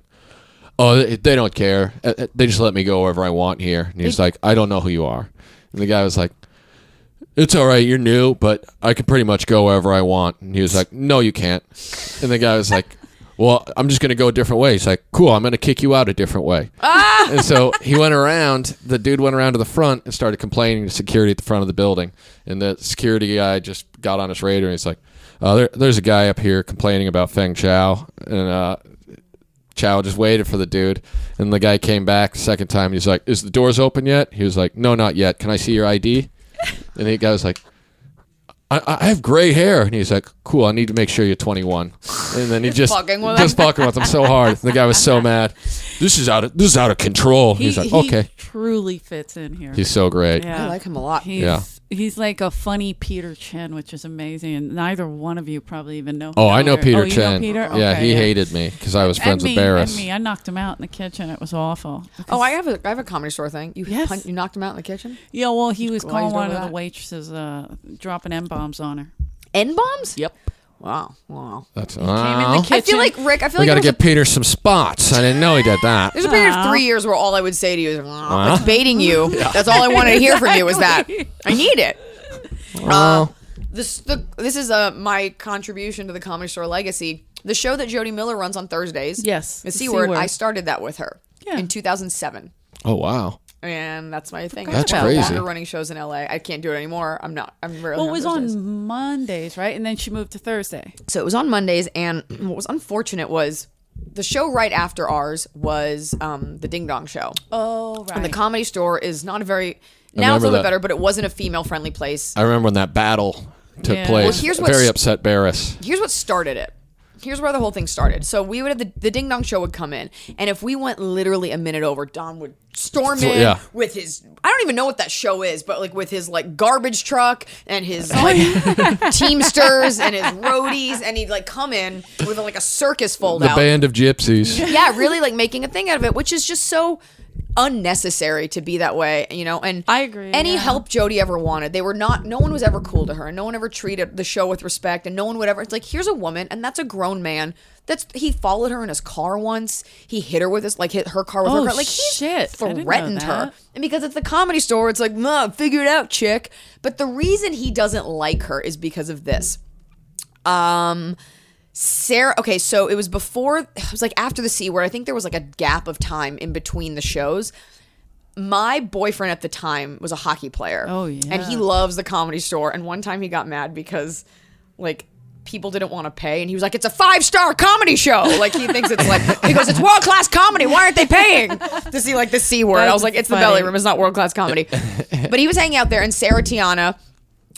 S1: Oh, they they don't care. Uh, uh, They just let me go wherever I want here. And he's like, I don't know who you are. And the guy was like, it's all right, you're new, but I can pretty much go wherever I want. And he was like, no, you can't. And the guy was like, well, I'm just going to go a different way. He's like, cool, I'm going to kick you out a different way. And so he went around, the dude went around to the front and started complaining to security at the front of the building. And the security guy just got on his radar and he's like, uh, there, there's a guy up here complaining about Feng Chao. And uh, Chow just waited for the dude, and the guy came back the second time. He's like, "Is the doors open yet?" He was like, "No, not yet. Can I see your ID?" And the guy was like, "I, I have gray hair," and he's like, "Cool. I need to make sure you're 21." And then he just
S4: fucking with
S1: just fucking with him so hard. And the guy was so mad. This is out of this is out of control. he's like, "Okay."
S2: truly fits in here.
S1: He's so great.
S2: yeah.
S4: I like him a lot.
S2: He's,
S1: Yeah.
S2: He's like a funny Peter Chen, which is amazing. And neither one of you probably even know. who
S1: Oh, I know
S2: Peter-
S1: Peter
S2: oh, you
S1: Chen.
S2: Know Peter?
S1: yeah,
S2: Okay,
S1: he hated me because I was friends
S2: and me,
S1: with Barris.
S2: And me. I knocked him out in the kitchen. It was awful.
S4: Oh, I have a I have a comedy store thing. You
S2: Yes.
S4: pun- you knocked him out in the kitchen.
S2: Yeah, well, he was
S4: Why you
S2: calling
S4: doing
S2: one of
S4: that?
S2: the waitresses, uh, dropping M bombs on her.
S4: N bombs.
S2: Yep.
S4: Wow. Wow.
S1: That's
S2: Came in the
S1: oh.
S4: I
S2: kitchen.
S4: feel like Rick. I feel
S1: we got to
S4: like there
S1: get
S4: was
S1: Peter some spots. I didn't know he did that.
S4: a, there's a period of
S2: Aw.
S4: three years where all I would say to you is "Aw,"
S1: Aw.
S4: like baiting you. That's all I wanted to hear from you was that
S2: Exactly.
S4: I need it. Uh,
S1: Oh.
S4: This the, this is uh, my contribution to the comedy store legacy. The show that Jody Miller runs on Thursdays.
S2: Yes,
S4: The
S2: the
S4: C,
S2: C
S4: word,
S2: Word.
S4: I started that with her
S2: Yeah.
S4: in 2007.
S1: oh wow.
S4: and that's my thing.
S1: That's
S4: about
S1: crazy.
S4: that. We're running shows in LA. I can't do it anymore. I'm not. I'm really.
S2: Well, it was
S4: Thursdays.
S2: on Mondays, right? And then she moved to Thursday.
S4: So it was on Mondays, and what was unfortunate was the show right after ours was um, the Ding Dong Show.
S2: Oh, right.
S4: And the Comedy Store is not a very now it's a
S1: remember
S4: little bit
S1: that.
S4: better, but it wasn't a female friendly place.
S1: I remember when that battle took
S2: Yeah.
S1: place.
S2: Well,
S4: here's what's-
S1: Very upset Barris.
S4: Here's what started it. here's where the whole thing started. So we would have the, the Ding Dong Show would come in, and if we went literally a minute over, Don would storm
S1: So-
S4: in
S1: yeah.
S4: with his I don't even know what that show is, but like with his like garbage truck and his like Teamsters and his roadies, and he'd like come in with like a circus fold
S1: The
S4: out.
S1: band of gypsies.
S4: Yeah, really like making a thing out of it, which is just so unnecessary to be that way, you know. And
S2: I agree,
S4: Any
S2: yeah.
S4: help Jody ever wanted, they were not. No one was ever cool to her. No one ever treated the show with respect, and no one would ever. It's like here's a woman, and that's a grown man. That's he followed her in his car once. He hit her with his like hit her car with
S2: Oh,
S4: her car. Like he
S2: shit. I didn't know
S4: threatened her.
S2: that.
S4: And because it's the comedy store, it's like, nah, figure it out, chick. But the reason he doesn't like her is because of this. Um, Sarah. Okay, so it was before. It was like after the C word. I think there was like a gap of time in between the shows. My boyfriend at the time was a hockey player.
S2: Oh,
S4: and he
S2: yeah.
S4: loves the Comedy Store. And one time he got mad because, like. People didn't want to pay, and he was like, "It's a five star comedy show." Like he thinks it's like he goes, "It's world class comedy. Why aren't they paying?" To see like the c word, I was
S2: That's
S4: like, "It's the
S2: funny.
S4: belly room. It's not world class comedy." but he was hanging out there, and Sarah Tiana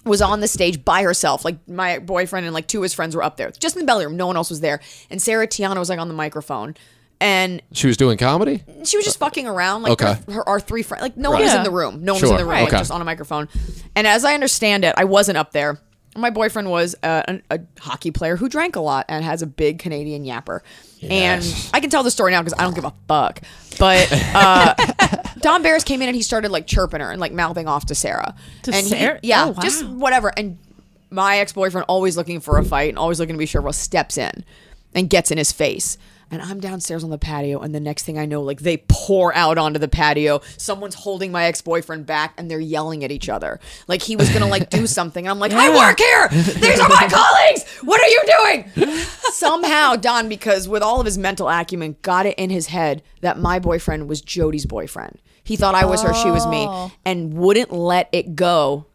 S4: was on the stage by herself. Like my boyfriend and like two of his friends were up there, just in the belly room. No one else was there. And Sarah Tiana was like on the microphone, and
S1: She was doing comedy.
S4: she was just fucking around. Like
S1: Uh, Okay.
S4: her, her, our three friends, like no one was
S2: Right.
S4: in the room. No one
S1: Sure.
S4: was in the room.
S1: Okay.
S4: Just on a microphone. And as I understand it, I wasn't up there. My boyfriend was uh, an, a hockey player who drank a lot and has a big Canadian yapper.
S1: Yes.
S4: And I can tell the story now because I don't give a fuck. But uh, Don Barris came in and he started like chirping her and like mouthing off to Sarah.
S2: To
S4: and he-
S2: Sarah?
S4: yeah,
S2: Oh, wow.
S4: just whatever. And my ex boyfriend, always looking for a fight and always looking to be sure, well, steps in and gets in his face. And I'm downstairs on the patio, and the next thing I know, like they pour out onto the patio. Someone's holding my ex boyfriend back, and they're yelling at each other. Like he was gonna like do something, and I'm like, I
S2: Yeah.
S4: work here. These are my colleagues. What are you doing? Somehow, Don, because with all of his mental acumen, got it in his head that my boyfriend was Jody's boyfriend. He thought I was her, she was me, and wouldn't let it go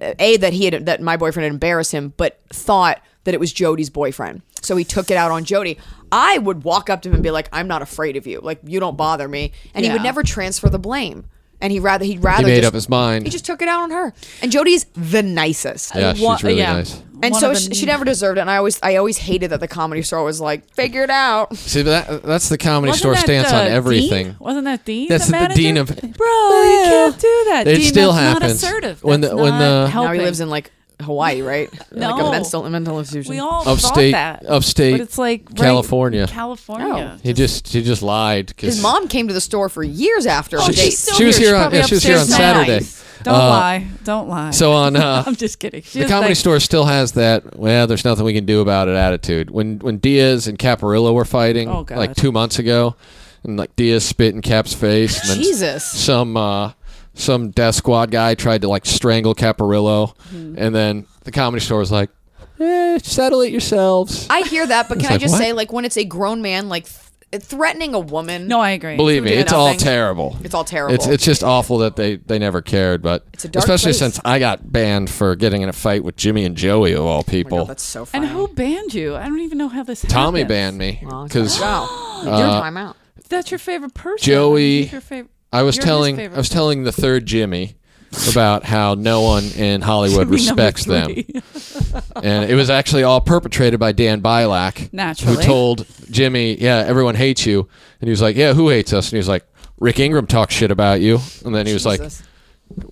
S4: uh, a that he had that my boyfriend had embarrassed him, but thought that it was Jody's boyfriend. So he took it out on Jody. I would walk up to him and be like, "I'm not afraid of you. Like you don't bother me." And he would
S2: Yeah.
S4: never transfer the blame. And he rather he'd rather
S1: He made
S4: just-
S1: up his mind.
S4: He just took it out on her. And Jody's the nicest.
S1: Yeah, she's
S2: One-
S1: really
S2: yeah.
S1: nice.
S4: And
S2: One
S4: so
S2: of
S4: she,
S2: the-
S4: she never deserved it. And I always I always hated that the comedy store was like, "Figure it out."
S1: See, but that, that's the comedy
S2: Wasn't
S1: store
S2: that
S1: stance on
S2: the
S1: everything.
S2: Dean? Wasn't that Dean?
S1: That's the
S2: manager?
S1: dean of-
S2: Bro, you can't do that.
S1: It
S2: Dean,
S1: still
S2: that's Not
S1: happens.
S2: assertive.
S1: When
S2: That's
S1: the- when
S2: not
S1: the- Now he
S4: Now he
S2: helping.
S4: lives in like Hawaii, right? Like a
S2: No.
S4: mental mental institution.
S2: We all
S1: Upstate-
S2: thought that.
S1: upstate
S2: but it's like right-
S1: California.
S2: California.
S4: Oh.
S1: He just he just lied. 'cause-
S4: his mom came to the store for years after
S2: Oh,
S4: our
S2: she's
S4: date.
S2: still
S1: She was here
S2: here. She's
S1: on-
S2: probably
S1: yeah, she was here on
S2: upstairs now.
S1: Saturday.
S2: Don't
S1: Uh,
S2: lie. Don't lie.
S1: So on uh,
S2: I'm just kidding. She
S1: the
S2: was
S1: comedy
S2: like-
S1: store still has that. Well, there's nothing we can do about it attitude. When when Diaz and Caparillo were fighting
S2: Oh, God.
S1: like two months ago, and like Diaz spit in Cap's face. And then
S4: Jesus.
S1: some uh, some death squad guy tried to like strangle Caparillo,
S4: Mm-hmm.
S1: and then the comedy store was like, eh, settle it yourselves.
S4: I hear that, but can I
S1: like,
S4: just
S1: what?
S4: say, like, when it's a grown man, like, th- threatening a woman,
S2: No, I agree.
S1: Believe me,
S4: do
S1: it's all
S4: nothing.
S1: terrible.
S4: It's all terrible.
S1: It's it's just awful that they they never cared. But
S4: It's a dark
S1: especially
S4: place.
S1: since I got banned for getting in a fight with Jimmy and Joey of all
S4: Oh my
S1: people.
S4: God, that's so funny.
S2: And who banned you? I don't even know how this.
S1: Tommy
S2: happens.
S1: banned me because
S4: wow,
S1: uh,
S4: you're doing time out.
S2: That's your favorite person.
S1: Joey-
S2: Who's Your favorite.
S1: I was
S2: You're his
S1: telling I
S2: favorite.
S1: was telling the third Jimmy about how no one in Hollywood respects them, and it was actually all perpetrated by Dan Bilak, who
S2: Naturally.
S1: told Jimmy, "Yeah, everyone hates you," and he was like, "Yeah, who hates us?" And he was like, "Rick Ingram talks shit about you," and then he was like,
S4: Jesus.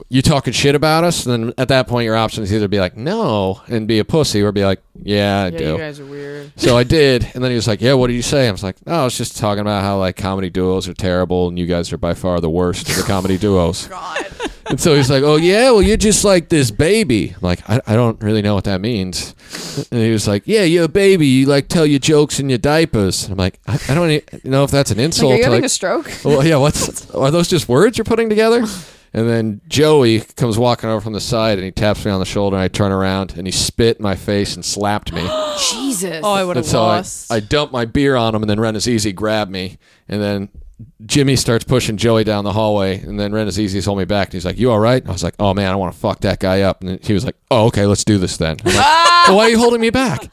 S1: you talking shit about us, and then at that point your options either be like no and be a pussy, or be like yeah, I do.
S4: guys are weird.
S1: so I did, and then he was like, yeah, what did you say? I was like, oh, I was just talking about how like comedy duos are terrible, and you guys are by far the worst of the comedy duos.
S4: God.
S1: And so he's like, oh yeah, well you're just like this baby. I'm like I, I don't really know what that means. And he was like, yeah, you're a baby. You like tell your jokes in your diapers. And I'm like, I, I don't even know if that's an insult.
S4: Like, are you
S1: to,
S4: having
S1: like-
S4: a stroke?
S1: well, yeah, what's are those just words you're putting together? And then Joey comes walking over from the side and he taps me on the shoulder and I turn around and he spit in my face and slapped me.
S4: Jesus.
S2: Oh, I would
S1: and
S2: have
S1: so I,
S2: lost.
S1: I dumped my beer on him and then Ren is easy grabbed me and then Jimmy starts pushing Joey down the hallway and then Ren is easy's holding me back and he's like, You alright? I was like, Oh man, I want to fuck that guy up and he was like, Oh, okay, let's do this then. I'm like, "Well, why are you holding me back?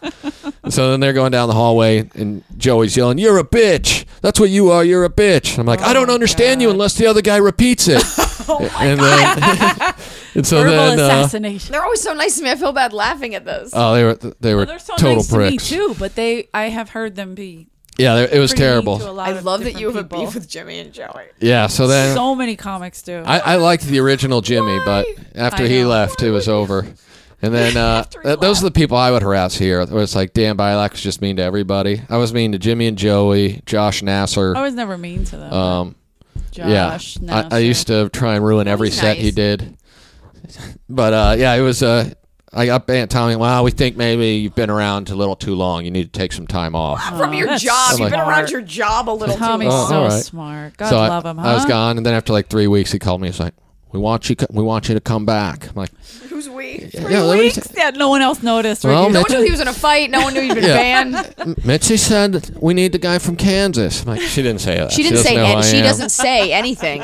S1: And so then they're going down the hallway, and Joey's yelling, "You're a bitch! That's what you are. You're a
S2: Oh
S1: bitch!" And I'm like, "I don't understand you unless the other guy repeats it." and then And so
S2: verbal
S1: then, uh,
S2: assassination.
S4: They're always so nice to me. I feel bad laughing at those.
S1: oh, they were they were
S2: Well, they're so
S1: total
S2: nice
S1: pricks.
S2: to me too, but they I have heard them be.
S1: Yeah, they- it was
S2: pretty mean to a
S1: terrible.
S2: lot
S4: I
S2: of
S4: love that
S2: different
S4: you have
S2: people.
S4: a beef with Jimmy and Joey.
S1: Yeah, so then
S2: So many comics do.
S1: I, I liked the original Jimmy, but after
S2: I
S1: he
S2: know.
S1: left, it was over. And then uh,
S4: After he
S1: th- those are the people I would harass here. Where it's like Dan Bilak was just mean to everybody. I was mean to Jimmy and Joey, Josh Nasser.
S2: I was never mean to them.
S1: Um,
S2: Oh, Josh,
S1: yeah,
S2: no,
S1: I, I used to try and ruin every
S4: he's
S1: set he
S4: nice.
S1: did. But uh, yeah, it was. Uh, I got banned. Tommy, wow, we think maybe you've been around a little too long. You need to take some time off.
S4: From your
S2: that's
S4: job, you've been
S2: smart.
S4: around your job a little too
S2: Tommy's
S1: Oh,
S4: long.
S2: so
S1: all right.
S2: smart. God
S1: so I-
S2: love him. Huh?
S1: I was gone, and then after like three weeks, he called me. He's like, "We want you. co- We want you to come back." I'm like,
S4: Who's we?
S1: Uh, "Yeah, let me t-
S2: Yeah, no one else noticed.
S1: Well,
S2: Ricky.
S4: No one knew he was in a fight. No one knew he'd been
S1: Yeah.
S4: banned.
S1: Mitzi said we need the guy from Kansas. I'm like, she didn't say that.
S4: She didn't
S1: doesn't
S4: say.
S1: know who I
S4: Any, she
S1: am.
S4: doesn't say anything.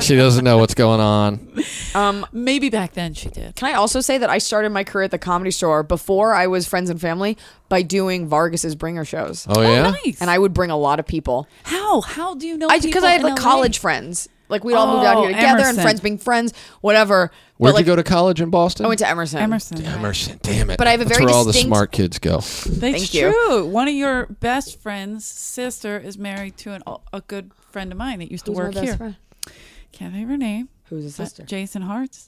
S1: She doesn't know what's going on.
S4: Um,
S2: Maybe back then she did.
S4: Can I also say that I started my career at the comedy store before I was friends and family by doing Vargas's bringer shows.
S1: Oh yeah.
S2: Nice.
S4: And I would bring a lot of people.
S2: how how do you know?
S4: I because I had
S2: people
S4: like
S2: in
S4: college
S2: LA?
S4: friends. Like we'd all moved out here
S2: Oh,
S4: together and
S2: Emerson.
S4: friends being friends, whatever.
S1: Where'd
S4: but like
S1: you go to college in Boston? Oh,
S4: I went to Emerson.
S2: Emerson.
S1: Emerson. Damn it.
S4: But I have a
S1: That's
S4: very
S1: where all
S4: distinct-
S1: the smart kids go.
S2: That's
S4: Thank you.
S2: true. One of your best friends' sister is married to an, a good friend of mine that used to
S4: Who's my
S2: work
S4: best
S2: here.
S4: friend?
S2: Can't think of her name.
S4: Who's his
S2: but
S4: sister?
S2: Jason Hartz.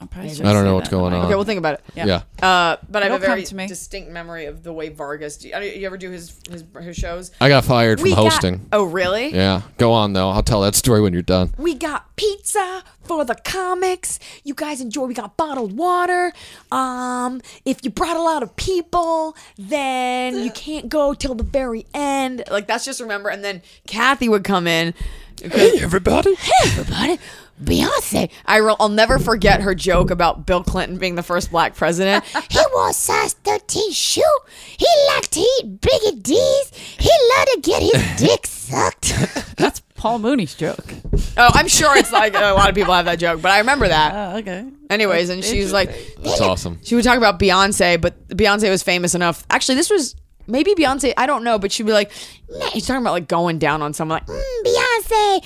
S2: I'm probably
S4: Maybe.
S2: shouldn't
S1: I don't
S2: say
S1: know what's
S2: that, am
S1: going
S2: I?
S1: on.
S4: Okay, we'll think about it.
S2: Yeah.
S1: Yeah.
S4: Uh, but I have a
S2: It'll come
S4: very
S2: to me.
S4: distinct memory of the way Vargas. Do you, you ever do his his, his shows?
S1: I got fired from
S4: We got-
S1: hosting.
S4: oh really?
S1: Yeah. Go on though. I'll tell that story when you're done.
S4: We got pizza for the comics. You guys enjoy. We got bottled water. Um, if you brought a lot of people, then you can't go till the very end. Like that's just remember. And then Kathy would come in.
S1: Hey everybody.
S4: Everybody, Beyonce. I will, I'll never forget her joke about Bill Clinton being the first black president.
S3: He wore a size 13 shoe. He liked to eat biggie D's. He loved to get his dick sucked.
S2: That's Paul Mooney's joke.
S4: oh, I'm sure it's like a lot of people have that joke, but I remember that.
S2: Oh, okay.
S4: Anyways, and she's like,
S1: That's awesome.
S4: She would talk about Beyonce, but Beyonce was famous enough. Actually, this was maybe Beyonce. I don't know, but she'd be like, nah, she's talking about like going down on someone. Like,
S3: Mm, Beyonce.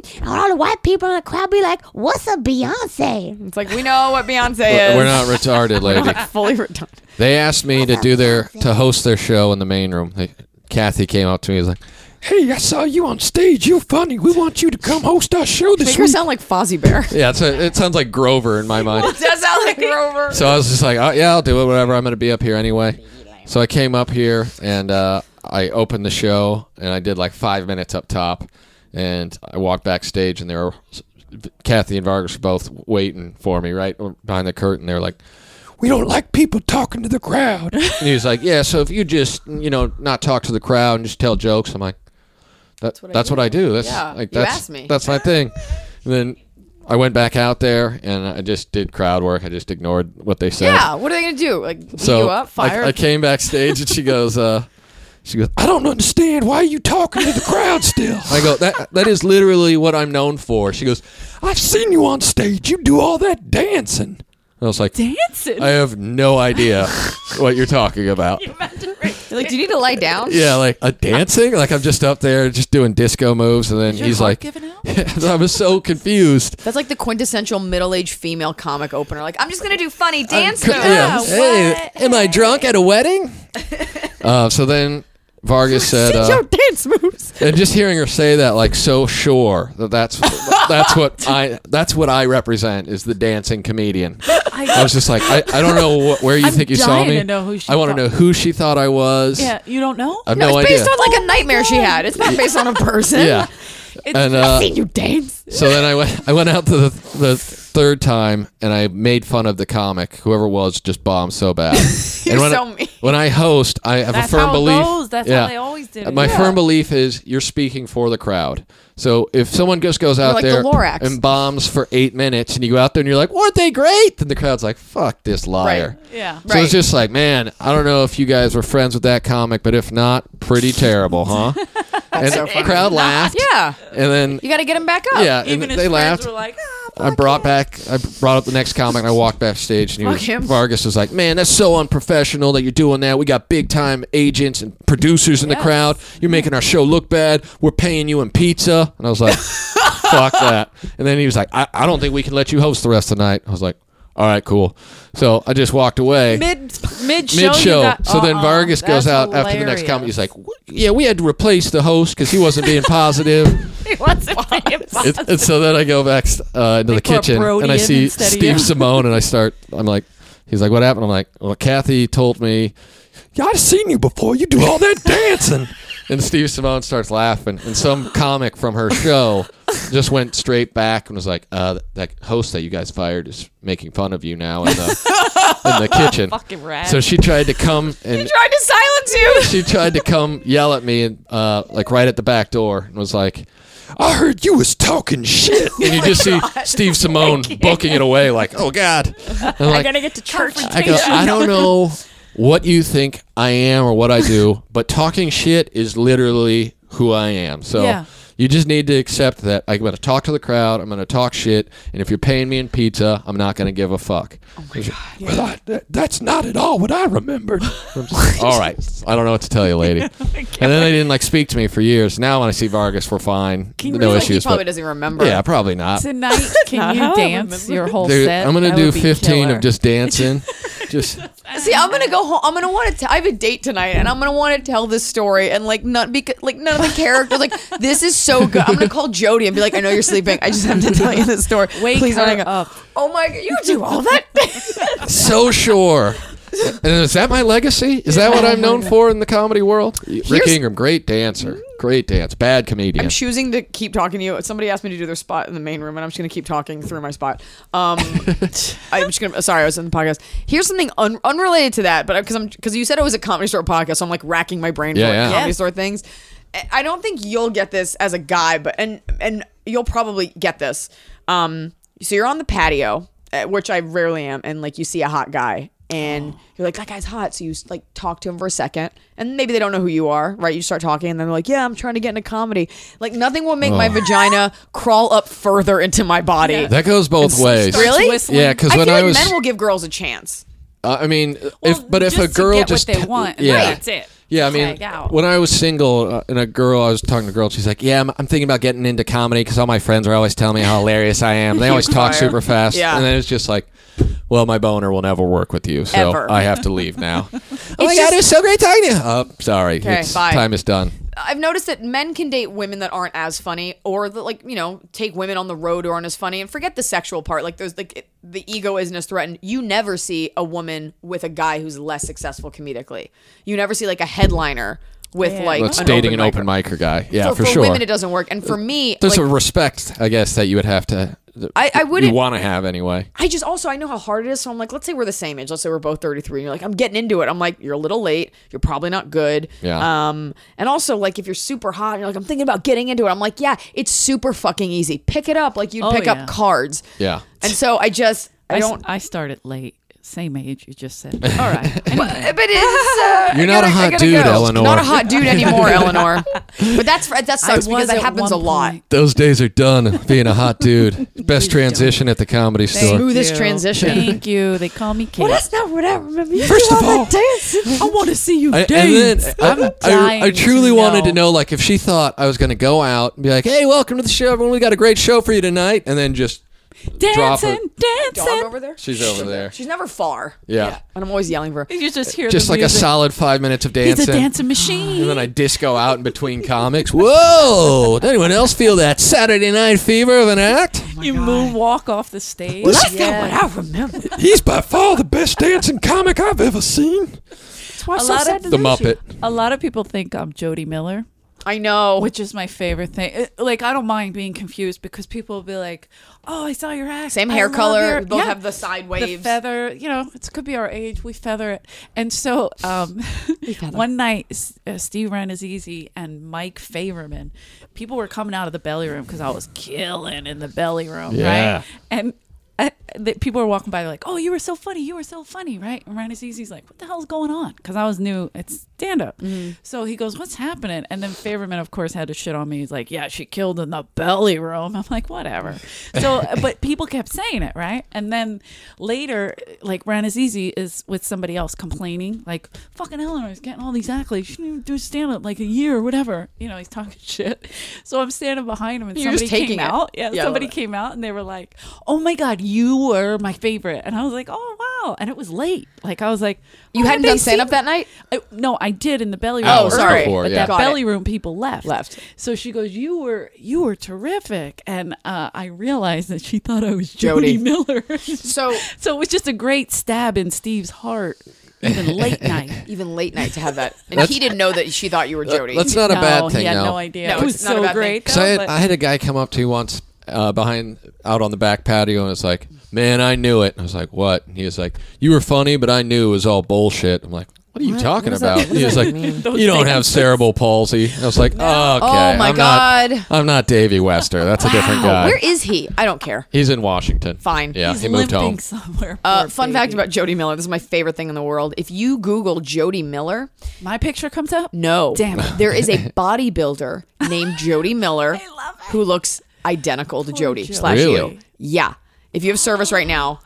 S3: Mm. And all the white people in the crowd be like, what's a Beyonce?
S4: it's like we know what Beyonce is.
S1: We're not retarded, lady.
S4: fully retarded.
S1: They asked me to do their to host their show in the main room. They, Kathy came up to me and was like, "Hey, I saw you on stage. You're funny. We want you to come host our show
S4: Make
S1: this
S4: her
S1: week."
S4: sound like Fozzie Bear.
S1: Yeah, it's a, it sounds like Grover in my mind.
S4: Does sound like Grover.
S1: So I was just like, oh, "Yeah, I'll do it. Whatever. I'm going to be up here anyway." So I came up here and uh, I opened the show and I did like five minutes up top, and I walked backstage and there were Kathy and Vargas were both waiting for me right behind the curtain. They were like. we don't like people talking to the crowd. and he was like, yeah, so if you just, you know, not talk to the crowd and just tell jokes, I'm like, that, that's what, I do. That's
S4: Yeah,
S1: like,
S4: you
S1: that's,
S4: asked me.
S1: that's my thing. And then I went back out there and I just did crowd work. I just ignored what they said.
S4: Yeah, what are they gonna do? Like beat
S1: So
S4: you up, fire?
S1: I, I came backstage and she goes, uh, she goes, I don't understand why are you talking to the crowd still. I go, that that is literally what I'm known for. She goes, I've seen you on stage. You do all that dancing. And I was like,
S2: Dancing.
S1: I have no idea what you're talking about.
S4: You're like, do you need to lie down?
S1: Yeah, like a dancing, like I'm just up there just doing disco moves, and then
S2: your
S1: he's
S2: heart
S1: like,
S2: giving out?
S1: I was so confused.
S4: That's like the quintessential middle-aged female comic opener. Like, I'm just gonna do funny dance
S1: Co-
S4: moves.
S2: Oh,
S1: yeah. Hey, am I drunk at a wedding? uh, so then Vargas said, uh,
S4: dance moves.
S1: and just hearing her say that, like so sure that that's that's what I that's what I represent is the dancing comedian. I was just like, I, I don't know wh- where you
S2: I'm
S1: think you saw
S2: dying
S1: me.
S2: to know who she
S1: I want to
S2: thought-
S1: know who she thought I was.
S2: Yeah, you don't know?
S1: I have
S4: No,
S1: no
S4: it's
S1: idea.
S4: based on like a nightmare she had. It's not based on a person.
S1: yeah. and uh,
S4: you dance.
S1: So then I went. I went out to the, the third time, and I made fun of the comic. Whoever it was just bombed so bad. and when
S4: so
S1: I,
S4: mean.
S1: when I host, I have
S2: That's
S1: a firm
S2: how it
S1: belief.
S2: goes. That's how they always did it.
S1: My
S2: Yeah.
S1: firm belief is you're speaking for the crowd. So if someone just goes out
S4: like the
S1: there
S4: Lorax.
S1: and bombs for eight minutes, and you go out there and you're like, "Weren't they great?" then the crowd's like, "Fuck this liar."
S2: yeah.
S1: So
S4: Right.
S1: it's just like, man, I don't know if you guys were friends with that comic, but if not, pretty terrible, huh? and
S4: so
S1: the
S4: funny.
S1: crowd laughed.
S4: Yeah.
S1: And then
S4: You got to get him back up.
S1: yeah, and
S2: Even his
S1: they
S2: friends
S1: laughed.
S2: were like, ah,
S1: I brought back, I brought up the next comic, and I walked backstage, and he was,
S4: Fuck him.
S1: Vargas was like, "Man, that's so unprofessional that you're doing that. We got big time agents and producers in the crowd. You're making our show look bad. We're paying you in pizza." And I was like, "Fuck that." And then he was like, I, "I don't think we can let you host the rest of the night." I was like, all right, cool. So I just walked away
S2: Mid mid
S1: mid show. so then
S2: uh-uh,
S1: Vargas goes
S2: that's
S1: out after the next
S2: hilarious.
S1: comment. He's like, "What? "Yeah, we had to replace the host because he wasn't being positive."
S2: He wasn't being
S1: It-
S2: positive.
S1: and so then I go back uh, into the
S2: They pour
S1: kitchen
S2: Brody
S1: and I
S2: in
S1: see
S2: instead of
S1: Steve
S2: you.
S1: Simone and I start. I'm like, he's like, "What happened?" I'm like, "Well, Kathy told me." Yeah, I've seen you before. You do all that dancing. And Steve Simone starts laughing, and some comic from her show just went straight back and was like, uh, "That host that you guys fired is making fun of you now in the in the kitchen."
S5: Fucking rad.
S1: So she tried to come and
S4: tried to silence you.
S1: she tried to come yell at me and uh, like right at the back door and was like i heard you was talking shit and
S5: Oh
S1: you just see steve simone booking it away like oh god And I'm like,
S5: gotta get to church.
S1: I, go, I don't know what you think i am or what i do but talking shit is literally who i am so
S2: Yeah.
S1: you just need to accept that i'm going to talk to the crowd i'm going to talk shit and if you're paying me in pizza i'm not going to give a fuck oh my god. well I, that, that's not at all what i remembered all right. I don't know what to tell you, lady. and then they didn't like speak to me for years. Now when I see Vargas, we're fine. no
S4: he
S1: issues.
S4: probably
S1: but-
S4: doesn't remember.
S1: yeah, probably not.
S2: Tonight, can you dance your whole
S1: Dude,
S2: set?
S1: I'm gonna
S2: That
S1: do
S2: would be
S1: 15
S2: killer.
S1: of just dancing. just
S4: See, I'm gonna go home. I'm gonna want to. I have a date tonight, and I'm gonna want to tell this story. And like, not because like none of the characters. Like, this is so good. I'm gonna call Jody and be like, I know you're sleeping. I just have to tell you this story.
S2: Wake
S4: Please don't
S2: her
S4: hang
S2: up.
S4: Oh my god, you do all that.
S1: so sure. And is that my legacy? Is that what I'm known for in the comedy world? Rick
S4: Here's-
S1: Ingram, great dancer, great dance, bad comedian.
S4: I'm choosing to keep talking to you. Somebody asked me to do their spot in the main room, and I'm just gonna keep talking through my spot. Um, I'm just gonna. uh, Sorry, I was in the podcast. Here's something un- unrelated to that, but because I'm because you said it was a comedy store podcast, so I'm like racking my brain
S1: Yeah,
S4: for
S1: yeah.
S4: comedy
S1: Yeah.
S4: store things. I- I don't think you'll get this as a guy, but and and you'll probably get this. Um, so you're on the patio, uh, which I rarely am, and like you see a hot guy. And you're like, that guy's hot. So you like talk to him for a second, and maybe they don't know who you are, right? You start talking, and then they're like, yeah, I'm trying to get into comedy. Like nothing will make my vagina crawl up further into my body.
S1: that goes both ways.
S4: Really?
S2: Whistling.
S1: Yeah, because
S4: I feel
S1: when I
S4: like
S1: was,
S4: men will give girls a chance.
S1: uh, I mean, if but if
S2: just
S1: a
S2: to
S1: girl
S2: get what
S1: just
S2: they want,
S1: yeah,
S2: right. That's it.
S1: Yeah, I mean,
S2: Tag out.
S1: when I was single uh, and a girl, I was talking to a girl. She's like, "Yeah, I'm, I'm thinking about getting into comedy because all my friends are always telling me how hilarious I am. They always talk
S4: Fire.
S1: super fast."
S4: Yeah.
S1: and then it's just like, "Well, my boner will never work with you, so
S4: Ever.
S1: I have to leave now." oh my
S4: just-
S1: god, it was so great talking to you. Uh, sorry,
S4: Okay,
S1: it's,
S4: bye.
S1: time is done.
S4: I've noticed that men can date women that aren't as funny, or that like you know take women on the road who aren't as funny, and forget the sexual part. Like there's like it- the ego isn't as threatened. You never see a woman with a guy who's less successful comedically. You never see like a headliner with like
S1: That's dating an open
S4: micer.
S1: micer guy. Yeah,
S4: For,
S1: for,
S4: for
S1: sure.
S4: women, it doesn't work, and for me,
S1: There's
S4: like,
S1: a respect, I guess, that you would have to.
S4: I- I
S1: You
S4: wouldn't-
S1: want to have anyway.
S4: I just also I know how hard it is. So I'm like, let's say we're the same age. Let's say we're both 33. And you're like, I'm getting into it. I'm like, you're a little late. You're probably not good.
S1: Yeah.
S4: Um. And also like if you're super hot and you're like, I'm thinking about getting into it. I'm like, yeah, it's super fucking easy. Pick it up like you'd
S2: Oh,
S4: pick
S2: yeah.
S4: up cards.
S1: Yeah.
S4: And so I just I
S2: I s-
S4: don't.
S2: I started late. Same age. You just said. All right. anyway.
S4: but it's uh,
S1: You're not
S4: I
S1: a
S4: gotta- I
S1: hot
S4: gotta
S1: dude, Eleanor.
S4: Not a hot dude anymore, Eleanor. But that's that sucks
S2: was
S4: because that
S2: at
S4: happens a
S2: one
S4: lot.
S2: point.
S1: Those days are done. Being a hot dude, best transition at the comedy store.
S4: Smoothest
S2: Thank you.
S4: transition.
S2: Thank you. They call me Kate.
S4: not what I remember.
S1: First of all,
S2: I want to see you
S1: I, and then I, I,
S2: dying
S1: I truly
S2: to
S1: wanted to
S2: know.
S1: know, like, if she thought I was going to go out and be like, "Hey, welcome to the show, everyone. We got a great show for you tonight," and then just drop
S2: dancing,
S1: it.
S4: Dog
S2: dancing.
S4: over there.
S1: She's over there.
S4: She's never far.
S1: Yeah.
S4: And I'm always yelling for her.
S2: You just hear
S1: just
S2: the
S1: like a
S2: music.
S1: solid five minutes of dancing.
S2: He's a dancing
S1: And then
S2: machine.
S1: I disco out in between comics. Whoa! Did anyone else feel that Saturday night fever of an act?
S2: you moonwalk off the stage.
S1: that's
S2: yeah.
S4: I remember.
S1: He's by far the best dancing comic I've ever seen.
S2: a lot of
S1: The Muppet.
S2: a lot of people think I'm Jody Miller,
S4: I know.
S2: which is my favorite thing. It- like I don't mind being confused because people will be like, "Oh, I saw your act.
S4: Same
S2: I
S4: hair
S2: love
S4: color.
S2: your-"
S4: We both
S2: Yeah.
S4: have the side waves.
S2: The feather, you know, it could be our age. We feather it. And so um, one night, S- uh, Steve Ren is easy and Mike Favorman. People were coming out of the belly room because I was killing in the belly room,
S1: Yeah.
S2: right? And uh, the, people were walking by, they're like, oh, you were so funny. You were so funny, right? And Ren is easy's like, what the hell's going on? Because I was new at stand up.
S4: Mm-hmm.
S2: So he goes, what's happening? And then Favorman, of course, had to shit on me. He's like, yeah, she killed in the belly room. I'm like, whatever. So, uh, but people kept saying it, right? And then later, like Ren is easy is with somebody else complaining, like, fucking Eleanor's getting all these accolades. She didn't even do stand up like a year or whatever. You know, he's talking shit. So I'm standing behind him and
S4: You're just
S2: somebody came
S4: taking it.
S2: out. Yeah,
S4: Yeah, I love
S2: somebody
S4: it.
S2: came out and they were like, oh my God, you were my favorite. And I was like, oh, wow. And it was late. Like, I was like,
S4: You
S2: oh,
S4: hadn't
S2: they
S4: done stand up
S2: seen-
S4: that night?
S2: I, no, I did in the belly room.
S1: Hours
S2: early,
S4: sorry.
S1: before,
S2: but
S1: Oh, yeah.
S2: that
S4: Got
S2: belly
S4: it.
S2: room people left.
S4: Left.
S2: So she goes, "You were you were terrific," and uh, I realized that she thought I was
S4: Jody.
S2: Jody, Miller.
S4: So
S2: so it was just a great stab in Steve's heart, even late night.
S4: even late night to have that. And
S1: That's-
S4: he didn't know that she thought you were Jody.
S1: That's not a bad
S2: no,
S1: thing
S2: He had
S1: now.
S2: no idea.
S4: No,
S2: it
S4: it's
S2: was
S4: not a
S2: so
S4: bad thing.
S2: great.
S1: Because I,
S2: though,
S1: had,
S2: but-
S1: I had a guy come up to me once uh, behind out on the back patio and was like, "Man, I knew it." And I was like, "What?" And he was like, "You were funny, but I knew it was all bullshit." I'm like, "What are you talking
S4: does
S1: about?"
S4: that- what does
S1: he was
S4: that
S1: like,
S4: mean?
S1: "You don't have cerebral palsy." And I was like, "Okay,
S4: Oh, my
S1: I'm
S4: God.
S1: not, I'm not Davy Wester. That's a different
S4: Wow,
S1: guy.
S4: "Oh, where is he? I don't care.
S1: He's in Washington.
S4: Fine.
S1: Yeah,
S2: He's
S1: he moved
S2: limping
S1: home.
S2: somewhere.
S4: Uh,
S2: poor
S4: fun fact
S2: baby.
S4: about Jody Miller. This is my favorite thing in the world. If you Google Jody Miller,
S2: my picture comes up.
S4: no.
S2: Damn it.
S4: There is a bodybuilder named Jody Miller who looks identical to Jody
S2: Jody.
S4: slash you.
S1: Really?
S4: Yeah. If you have service right now,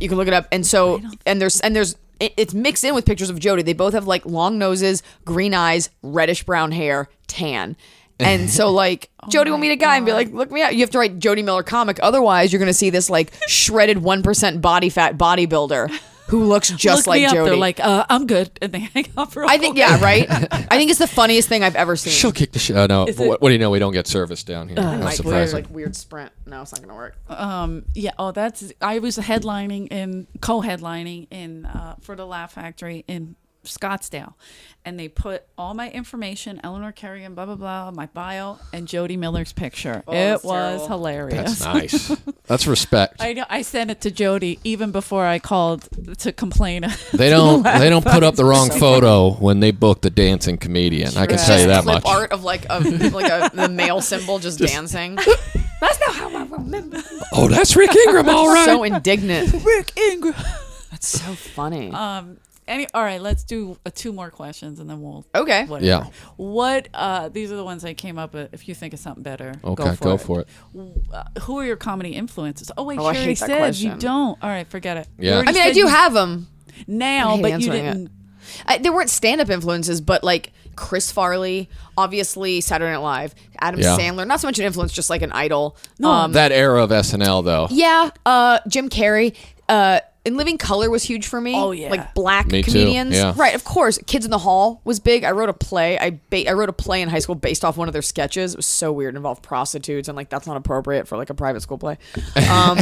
S4: you can look it up. And so, and there's, and there's, it- it's mixed in with pictures of Jody. They both have like long noses, green eyes, reddish brown hair, tan. And so, like,
S2: Oh
S4: Jody will meet a guy and be like, look me out. You have to write Jody Miller comic. Otherwise, you're going to see this like shredded 1% body fat bodybuilder who looks just
S2: Look
S4: like
S2: me up.
S4: Jody.
S2: They're like, uh, I'm good, and they hang up. Real
S4: I think,
S2: quick.
S4: yeah, right? I think it's the funniest thing I've ever seen.
S1: She'll kick the shit. Uh, no,
S2: it-
S1: what, what do you know? We don't get service down here. How
S4: Oh, Like,
S1: surprising.
S4: like weird sprint. No, it's not going to work.
S2: Um, yeah. Oh, that's. I was headlining in co-headlining in uh, for the Laugh Factory in Scottsdale, and they put all my information, Eleanor Kerrigan, blah blah blah, my bio, and Jody Miller's picture. it
S4: Oh, that's
S2: was
S4: terrible.
S2: hilarious.
S1: That's nice. That's respect.
S2: I know. I sent it to Jody even before I called to complain.
S1: They don't. They don't put up the wrong photo when they book the dancing comedian. I can
S2: Right.
S1: tell you that
S4: clip
S1: much.
S4: art of like a like a the male symbol just, dancing.
S1: Oh, that's Rick Ingram, all right.
S4: So indignant.
S2: Rick Ingram.
S4: That's so funny.
S2: Um. Any. All right. Let's do uh, two more questions, and then we'll.
S4: okay.
S2: Whatever.
S1: yeah.
S2: What? Uh. These are the ones I came up with. If you think of something better,
S1: Okay,
S2: go for it.
S1: for it.
S2: uh, who are your comedy influences? Oh wait,
S4: Oh,
S2: she
S4: I
S2: already
S4: hate that
S2: said you
S4: question.
S2: don't. All right, forget it. You
S1: Yeah.
S2: already
S4: I mean, I
S2: said
S4: do
S2: you
S4: have them. I
S2: now,
S4: hate
S2: but you
S4: answering it.
S2: didn't.
S4: I, there weren't stand-up influences, but like Chris Farley, obviously Saturday Night Live, Adam
S1: Yeah.
S4: Sandler. Not so much an influence, just like an idol.
S2: No.
S1: That era of SNL, though.
S4: Yeah, uh, Jim Carrey. Uh, In Living Color was huge for me.
S2: Oh, yeah.
S4: like black
S1: Me too,
S4: comedians.
S1: yeah.
S4: Right, of course. Kids in the Hall was big. I wrote a play. I ba- I wrote a play in high school based off one of their sketches. It was so weird. It involved prostitutes and like that's not appropriate for like a private school play. Um,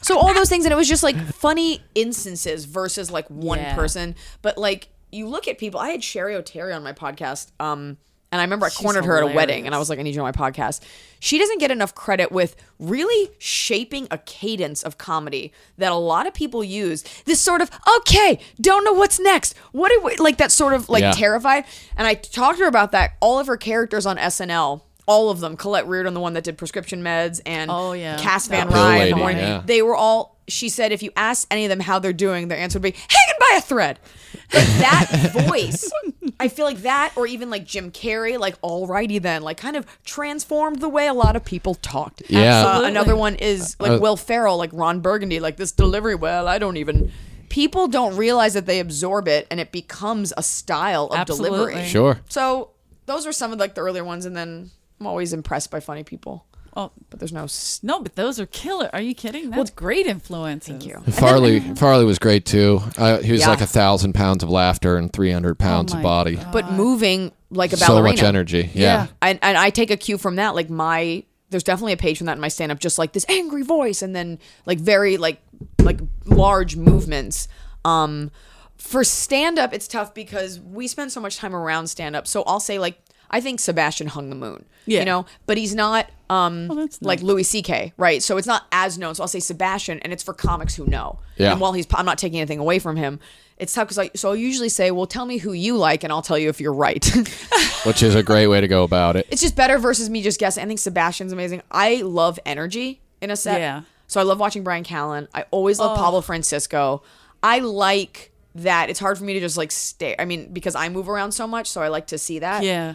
S4: so all those things, and it was just like funny instances versus like one
S2: Yeah.
S4: person. But like you look at people. I had Sherry O'Terry on my podcast. Um, and I remember I cornered her at a wedding,
S2: hilarious.
S4: and I was like, I need you on my podcast. She doesn't get enough credit with really shaping a cadence of comedy that a lot of people use. This sort of, okay, don't know what's next. What do we, like that sort of like
S1: Yeah.
S4: terrified. And I talked to her about that. All of her characters on SNL, all of them, Colette Reardon, the one that did prescription meds, and
S2: Oh, yeah.
S4: Cass Van
S1: Pill
S4: Ryan,
S1: lady,
S4: the one-
S1: yeah.
S4: they were all, she said, if you asked any of them how they're doing, their answer would be, hanging by a thread. that voice, I feel like that, or even like Jim Carrey, like alrighty then, like kind of transformed the way a lot of people talked.
S1: Yeah.
S4: Uh,
S2: Absolutely.
S4: another one is like
S1: Uh,
S4: Will Ferrell, like Ron Burgundy, like this delivery. Well, I don't even. People don't realize that they absorb it, and it becomes a style of
S2: Absolutely.
S4: delivery.
S1: Sure.
S4: So those were some of like the earlier ones, and then I'm always impressed by funny people.
S2: Oh
S4: But there's no. s
S2: no, but those are killer. Are you kidding? That's great influences. Thank
S4: you.
S1: Farley Farley was great too. Uh, he was
S4: Yeah.
S1: like a thousand pounds of laughter and three hundred pounds
S2: my
S1: of body.
S4: But moving like a
S1: So
S4: ballerina.
S1: much energy. Yeah.
S4: and, and I take a cue from that. Like my there's definitely a page from that in my stand up, just like this angry voice and then like very like like large movements. Um for stand up it's tough because we spend so much time around stand up. So I'll say like I think Sebastian hung the moon.
S2: Yeah.
S4: You know? But he's not um
S2: Well, that's
S4: like Louis CK, right? So it's not as known. So I'll say Sebastian and it's for comics who know.
S1: Yeah.
S4: And while he's I'm not taking anything away from him. It's tough because I so I'll usually say, Well, tell me who you like and I'll tell you if you're right.
S1: Which is a great way to go about it.
S4: it's just better versus me just guessing. I think Sebastian's amazing. I love energy in a set.
S2: Yeah. Oh.
S4: So I love watching Brian Callen. I always love Pablo Francisco. I like that. It's hard for me to just like stay. I mean, because I move around so much, so I like to see that.
S2: Yeah.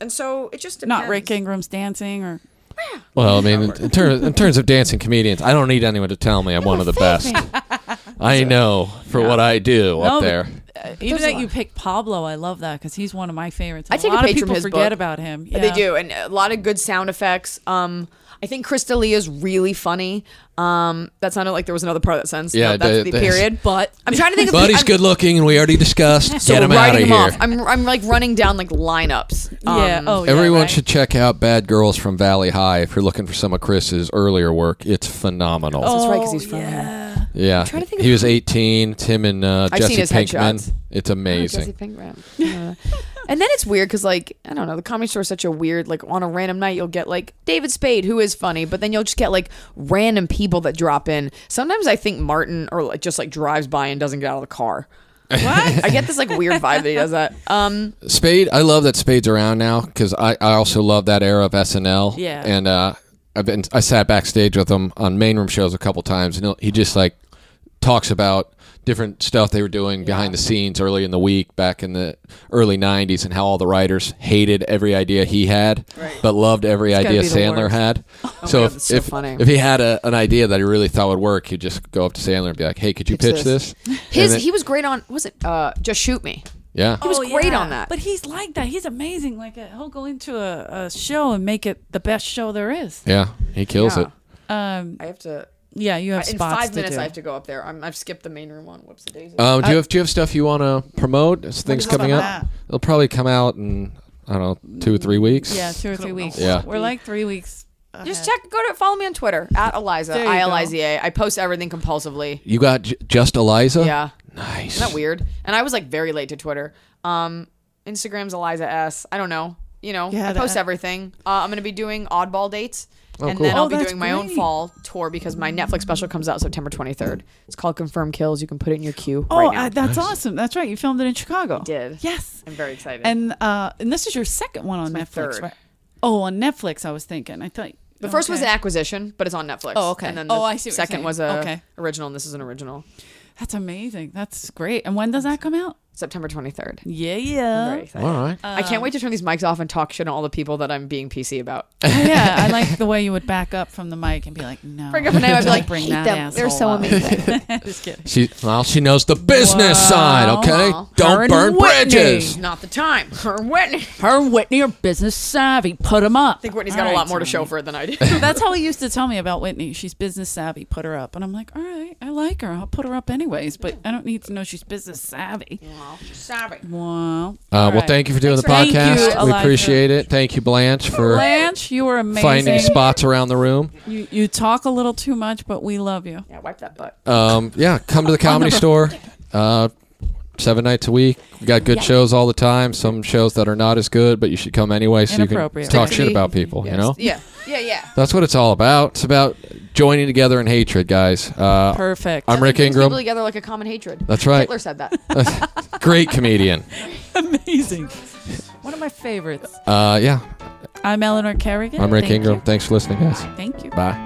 S4: And so it just depends.
S2: Not Rick Ingram's dancing or.
S1: Well, I mean, in, in, ter- in terms of dancing comedians, I don't need anyone to tell me I'm one of the best. I know for what I do
S2: No,
S1: up
S2: but-
S1: there.
S2: Uh, even that you picked Pablo, I love that because he's one of my favorites.
S4: I take
S2: a
S4: a
S2: lot
S4: page
S2: of
S4: from
S2: people
S4: his
S2: forget
S4: book.
S2: about him.
S4: They
S2: Yeah.
S4: do, and a lot of good sound effects. Um, I think Krista Lee is really funny. Um, that sounded like there was another part of that sentence.
S1: Yeah,
S4: No, that's
S1: that-
S4: the
S1: that's-
S4: period. But I'm trying to think.
S1: Buddy's
S4: of the, I'm-
S1: good looking, and we already discussed.
S4: So
S1: Get him out of
S4: writing
S1: here.
S4: them off. I'm I'm like running down like lineups. Um,
S2: yeah. Oh, yeah,
S1: Everyone
S2: right.
S1: should check out Bad Girls from Valley High if you're looking for some of Chris's earlier work. It's phenomenal.
S4: That's right, 'cause
S2: Oh,
S4: he's from there.
S1: yeah,
S4: trying to think
S1: he
S4: of-
S1: was 18. Tim and uh,
S4: I've
S1: Jesse
S4: seen his
S1: Pinkman.
S4: headshots. Oh,
S1: It's
S4: Jesse
S1: amazing.
S4: Pinkman. Uh, and then it's weird because like I don't know, the comedy store is such a weird like on a random night you'll get like David Spade who is funny, but then you'll just get like random people that drop in. Sometimes I think Martin or like just like drives by and doesn't get out of the car. What? I get this like weird vibe that he does that. Um,
S1: Spade. I love that Spade's around now because I, I also love that era of SNL.
S2: Yeah.
S1: And uh, I've been I sat backstage with him on main room shows a couple times, and he'll- he just like talks about different stuff they were doing behind the scenes early in the week back in the early 90s and how all the writers hated every idea he had but loved every idea
S4: be the
S1: Sandler
S4: worst. Oh
S1: had so,
S4: God,
S1: if,
S4: that's so
S1: if,
S4: funny.
S1: if he had a, an idea that he really thought would work he'd just go up to Sandler and be like hey could you pitch,
S4: Pitch
S1: this,
S4: this." his
S1: And it-
S4: he Oh. was great on was it uh just shoot me.
S1: yeah
S4: was great on that.
S2: Oh, But he's like that. He's amazing. Like uh, he'll go into a, a show and make it the best show there is.
S1: yeah he kills
S4: Yeah.
S1: it
S2: Um,
S4: I have to
S2: yeah, you have
S4: in
S2: spots
S4: five
S2: to
S4: minutes
S2: do.
S4: I have to go up there. I'm, I've skipped the main room one. Whoops, a daisy.
S1: Um,
S2: Uh,
S1: do you have do you have stuff you want to promote? Is things
S2: does it
S1: coming
S2: come
S1: up?
S2: out?
S1: It'll probably come out in I don't know two or three weeks.
S2: yeah, two or three weeks.
S1: Yeah.
S2: we're like three weeks.
S4: Just check. Go to follow me on Twitter at Eliza
S2: There you
S4: I
S2: go.
S4: L I Z A. I post everything compulsively.
S1: You got J- just Eliza.
S4: Yeah,
S1: Nice.
S4: isn't that weird? And I was like very late to Twitter. Um, Instagram's Eliza S. I don't know. You know,
S2: Yeah,
S4: I post
S2: that-
S4: everything. Uh, I'm gonna be doing oddball dates, and
S1: cool.
S4: then
S1: Oh,
S4: I'll be
S2: that's
S4: doing my own
S2: great.
S4: fall tour because my Netflix special comes out September 23rd. It's called Confirm Kills. You can put it in your queue
S2: Oh,
S4: right now.
S2: uh, that's awesome. That's right. You filmed it in Chicago.
S4: did.
S2: Yes.
S4: I'm very excited.
S2: And uh, and this is your second one on
S4: my
S2: Netflix,
S4: third.
S2: right? Oh, on Netflix, I was thinking. I thought
S4: the first was an
S2: okay.
S4: acquisition, but it's on Netflix.
S2: Oh, okay.
S4: And then the
S2: Oh, I see what you're
S4: second
S2: saying.
S4: was a
S2: Okay.
S4: original, and this is an original.
S2: That's amazing. That's great. And when does that come out?
S4: September 23rd.
S2: Yeah, Oh,
S4: I'm very
S2: yeah,
S4: excited.
S1: All right.
S2: Uh,
S4: I can't wait to turn these mics off and talk shit on all the people that I'm being PC about.
S2: yeah. I like the way you would back up from the mic and be like, "No,
S4: Bring up a name, I'd be
S2: don't
S4: like,
S2: bring
S3: "Hate
S2: that
S3: them. They're
S2: asshole
S3: so
S2: up."
S3: amazing.
S2: Just kidding.
S1: She well, she knows the business
S2: Wow.
S1: side. Okay,
S4: Wow.
S1: don't
S2: Her and
S1: burn
S2: Whitney.
S1: bridges.
S4: Not the time. Her and Whitney. I
S2: Her and Whitney are business savvy. Put them up. I
S4: think Whitney's got a lot more to show for it than I do.
S2: That's how he used to tell me about Whitney. She's business savvy. Put her up. And I'm like, all right, I like her. I'll put her up anyways, but I don't need to know she's business savvy.
S4: Sorry.
S1: Uh,
S2: Wow. All
S1: well,
S2: right.
S1: thank you for doing the
S2: Thanks for having
S1: podcast.
S2: me. Thank you,
S1: we
S2: Eliza.
S1: appreciate it. Thank you, Blanche, for
S2: Blanche, you were amazing.
S1: finding spots around the room.
S2: You, you talk a little too much, but we love you.
S4: Yeah, wipe that butt.
S1: Um, yeah, come to the comedy store. Uh, seven nights a week. We got good shows all the time. Some shows that are not as good, but you should come anyway so you can
S2: Inappropriate.
S1: talk
S4: Stick to
S1: shit
S4: the-
S1: about people. You know.
S4: Yeah. Yeah, yeah.
S1: That's what it's all about. It's about joining together in hatred, guys. Uh,
S2: Perfect.
S1: I'm Rick
S4: Brings People
S1: Ingram.
S4: together like a common hatred.
S1: That's right.
S4: Hitler said that.
S1: Great comedian.
S2: amazing. One of my favorites.
S1: Uh, yeah,
S2: I'm Eleanor Kerrigan.
S1: I'm Rick
S2: Thank
S1: Ingram.
S2: you.
S1: Thanks for listening, guys.
S2: Thank you.
S1: Bye.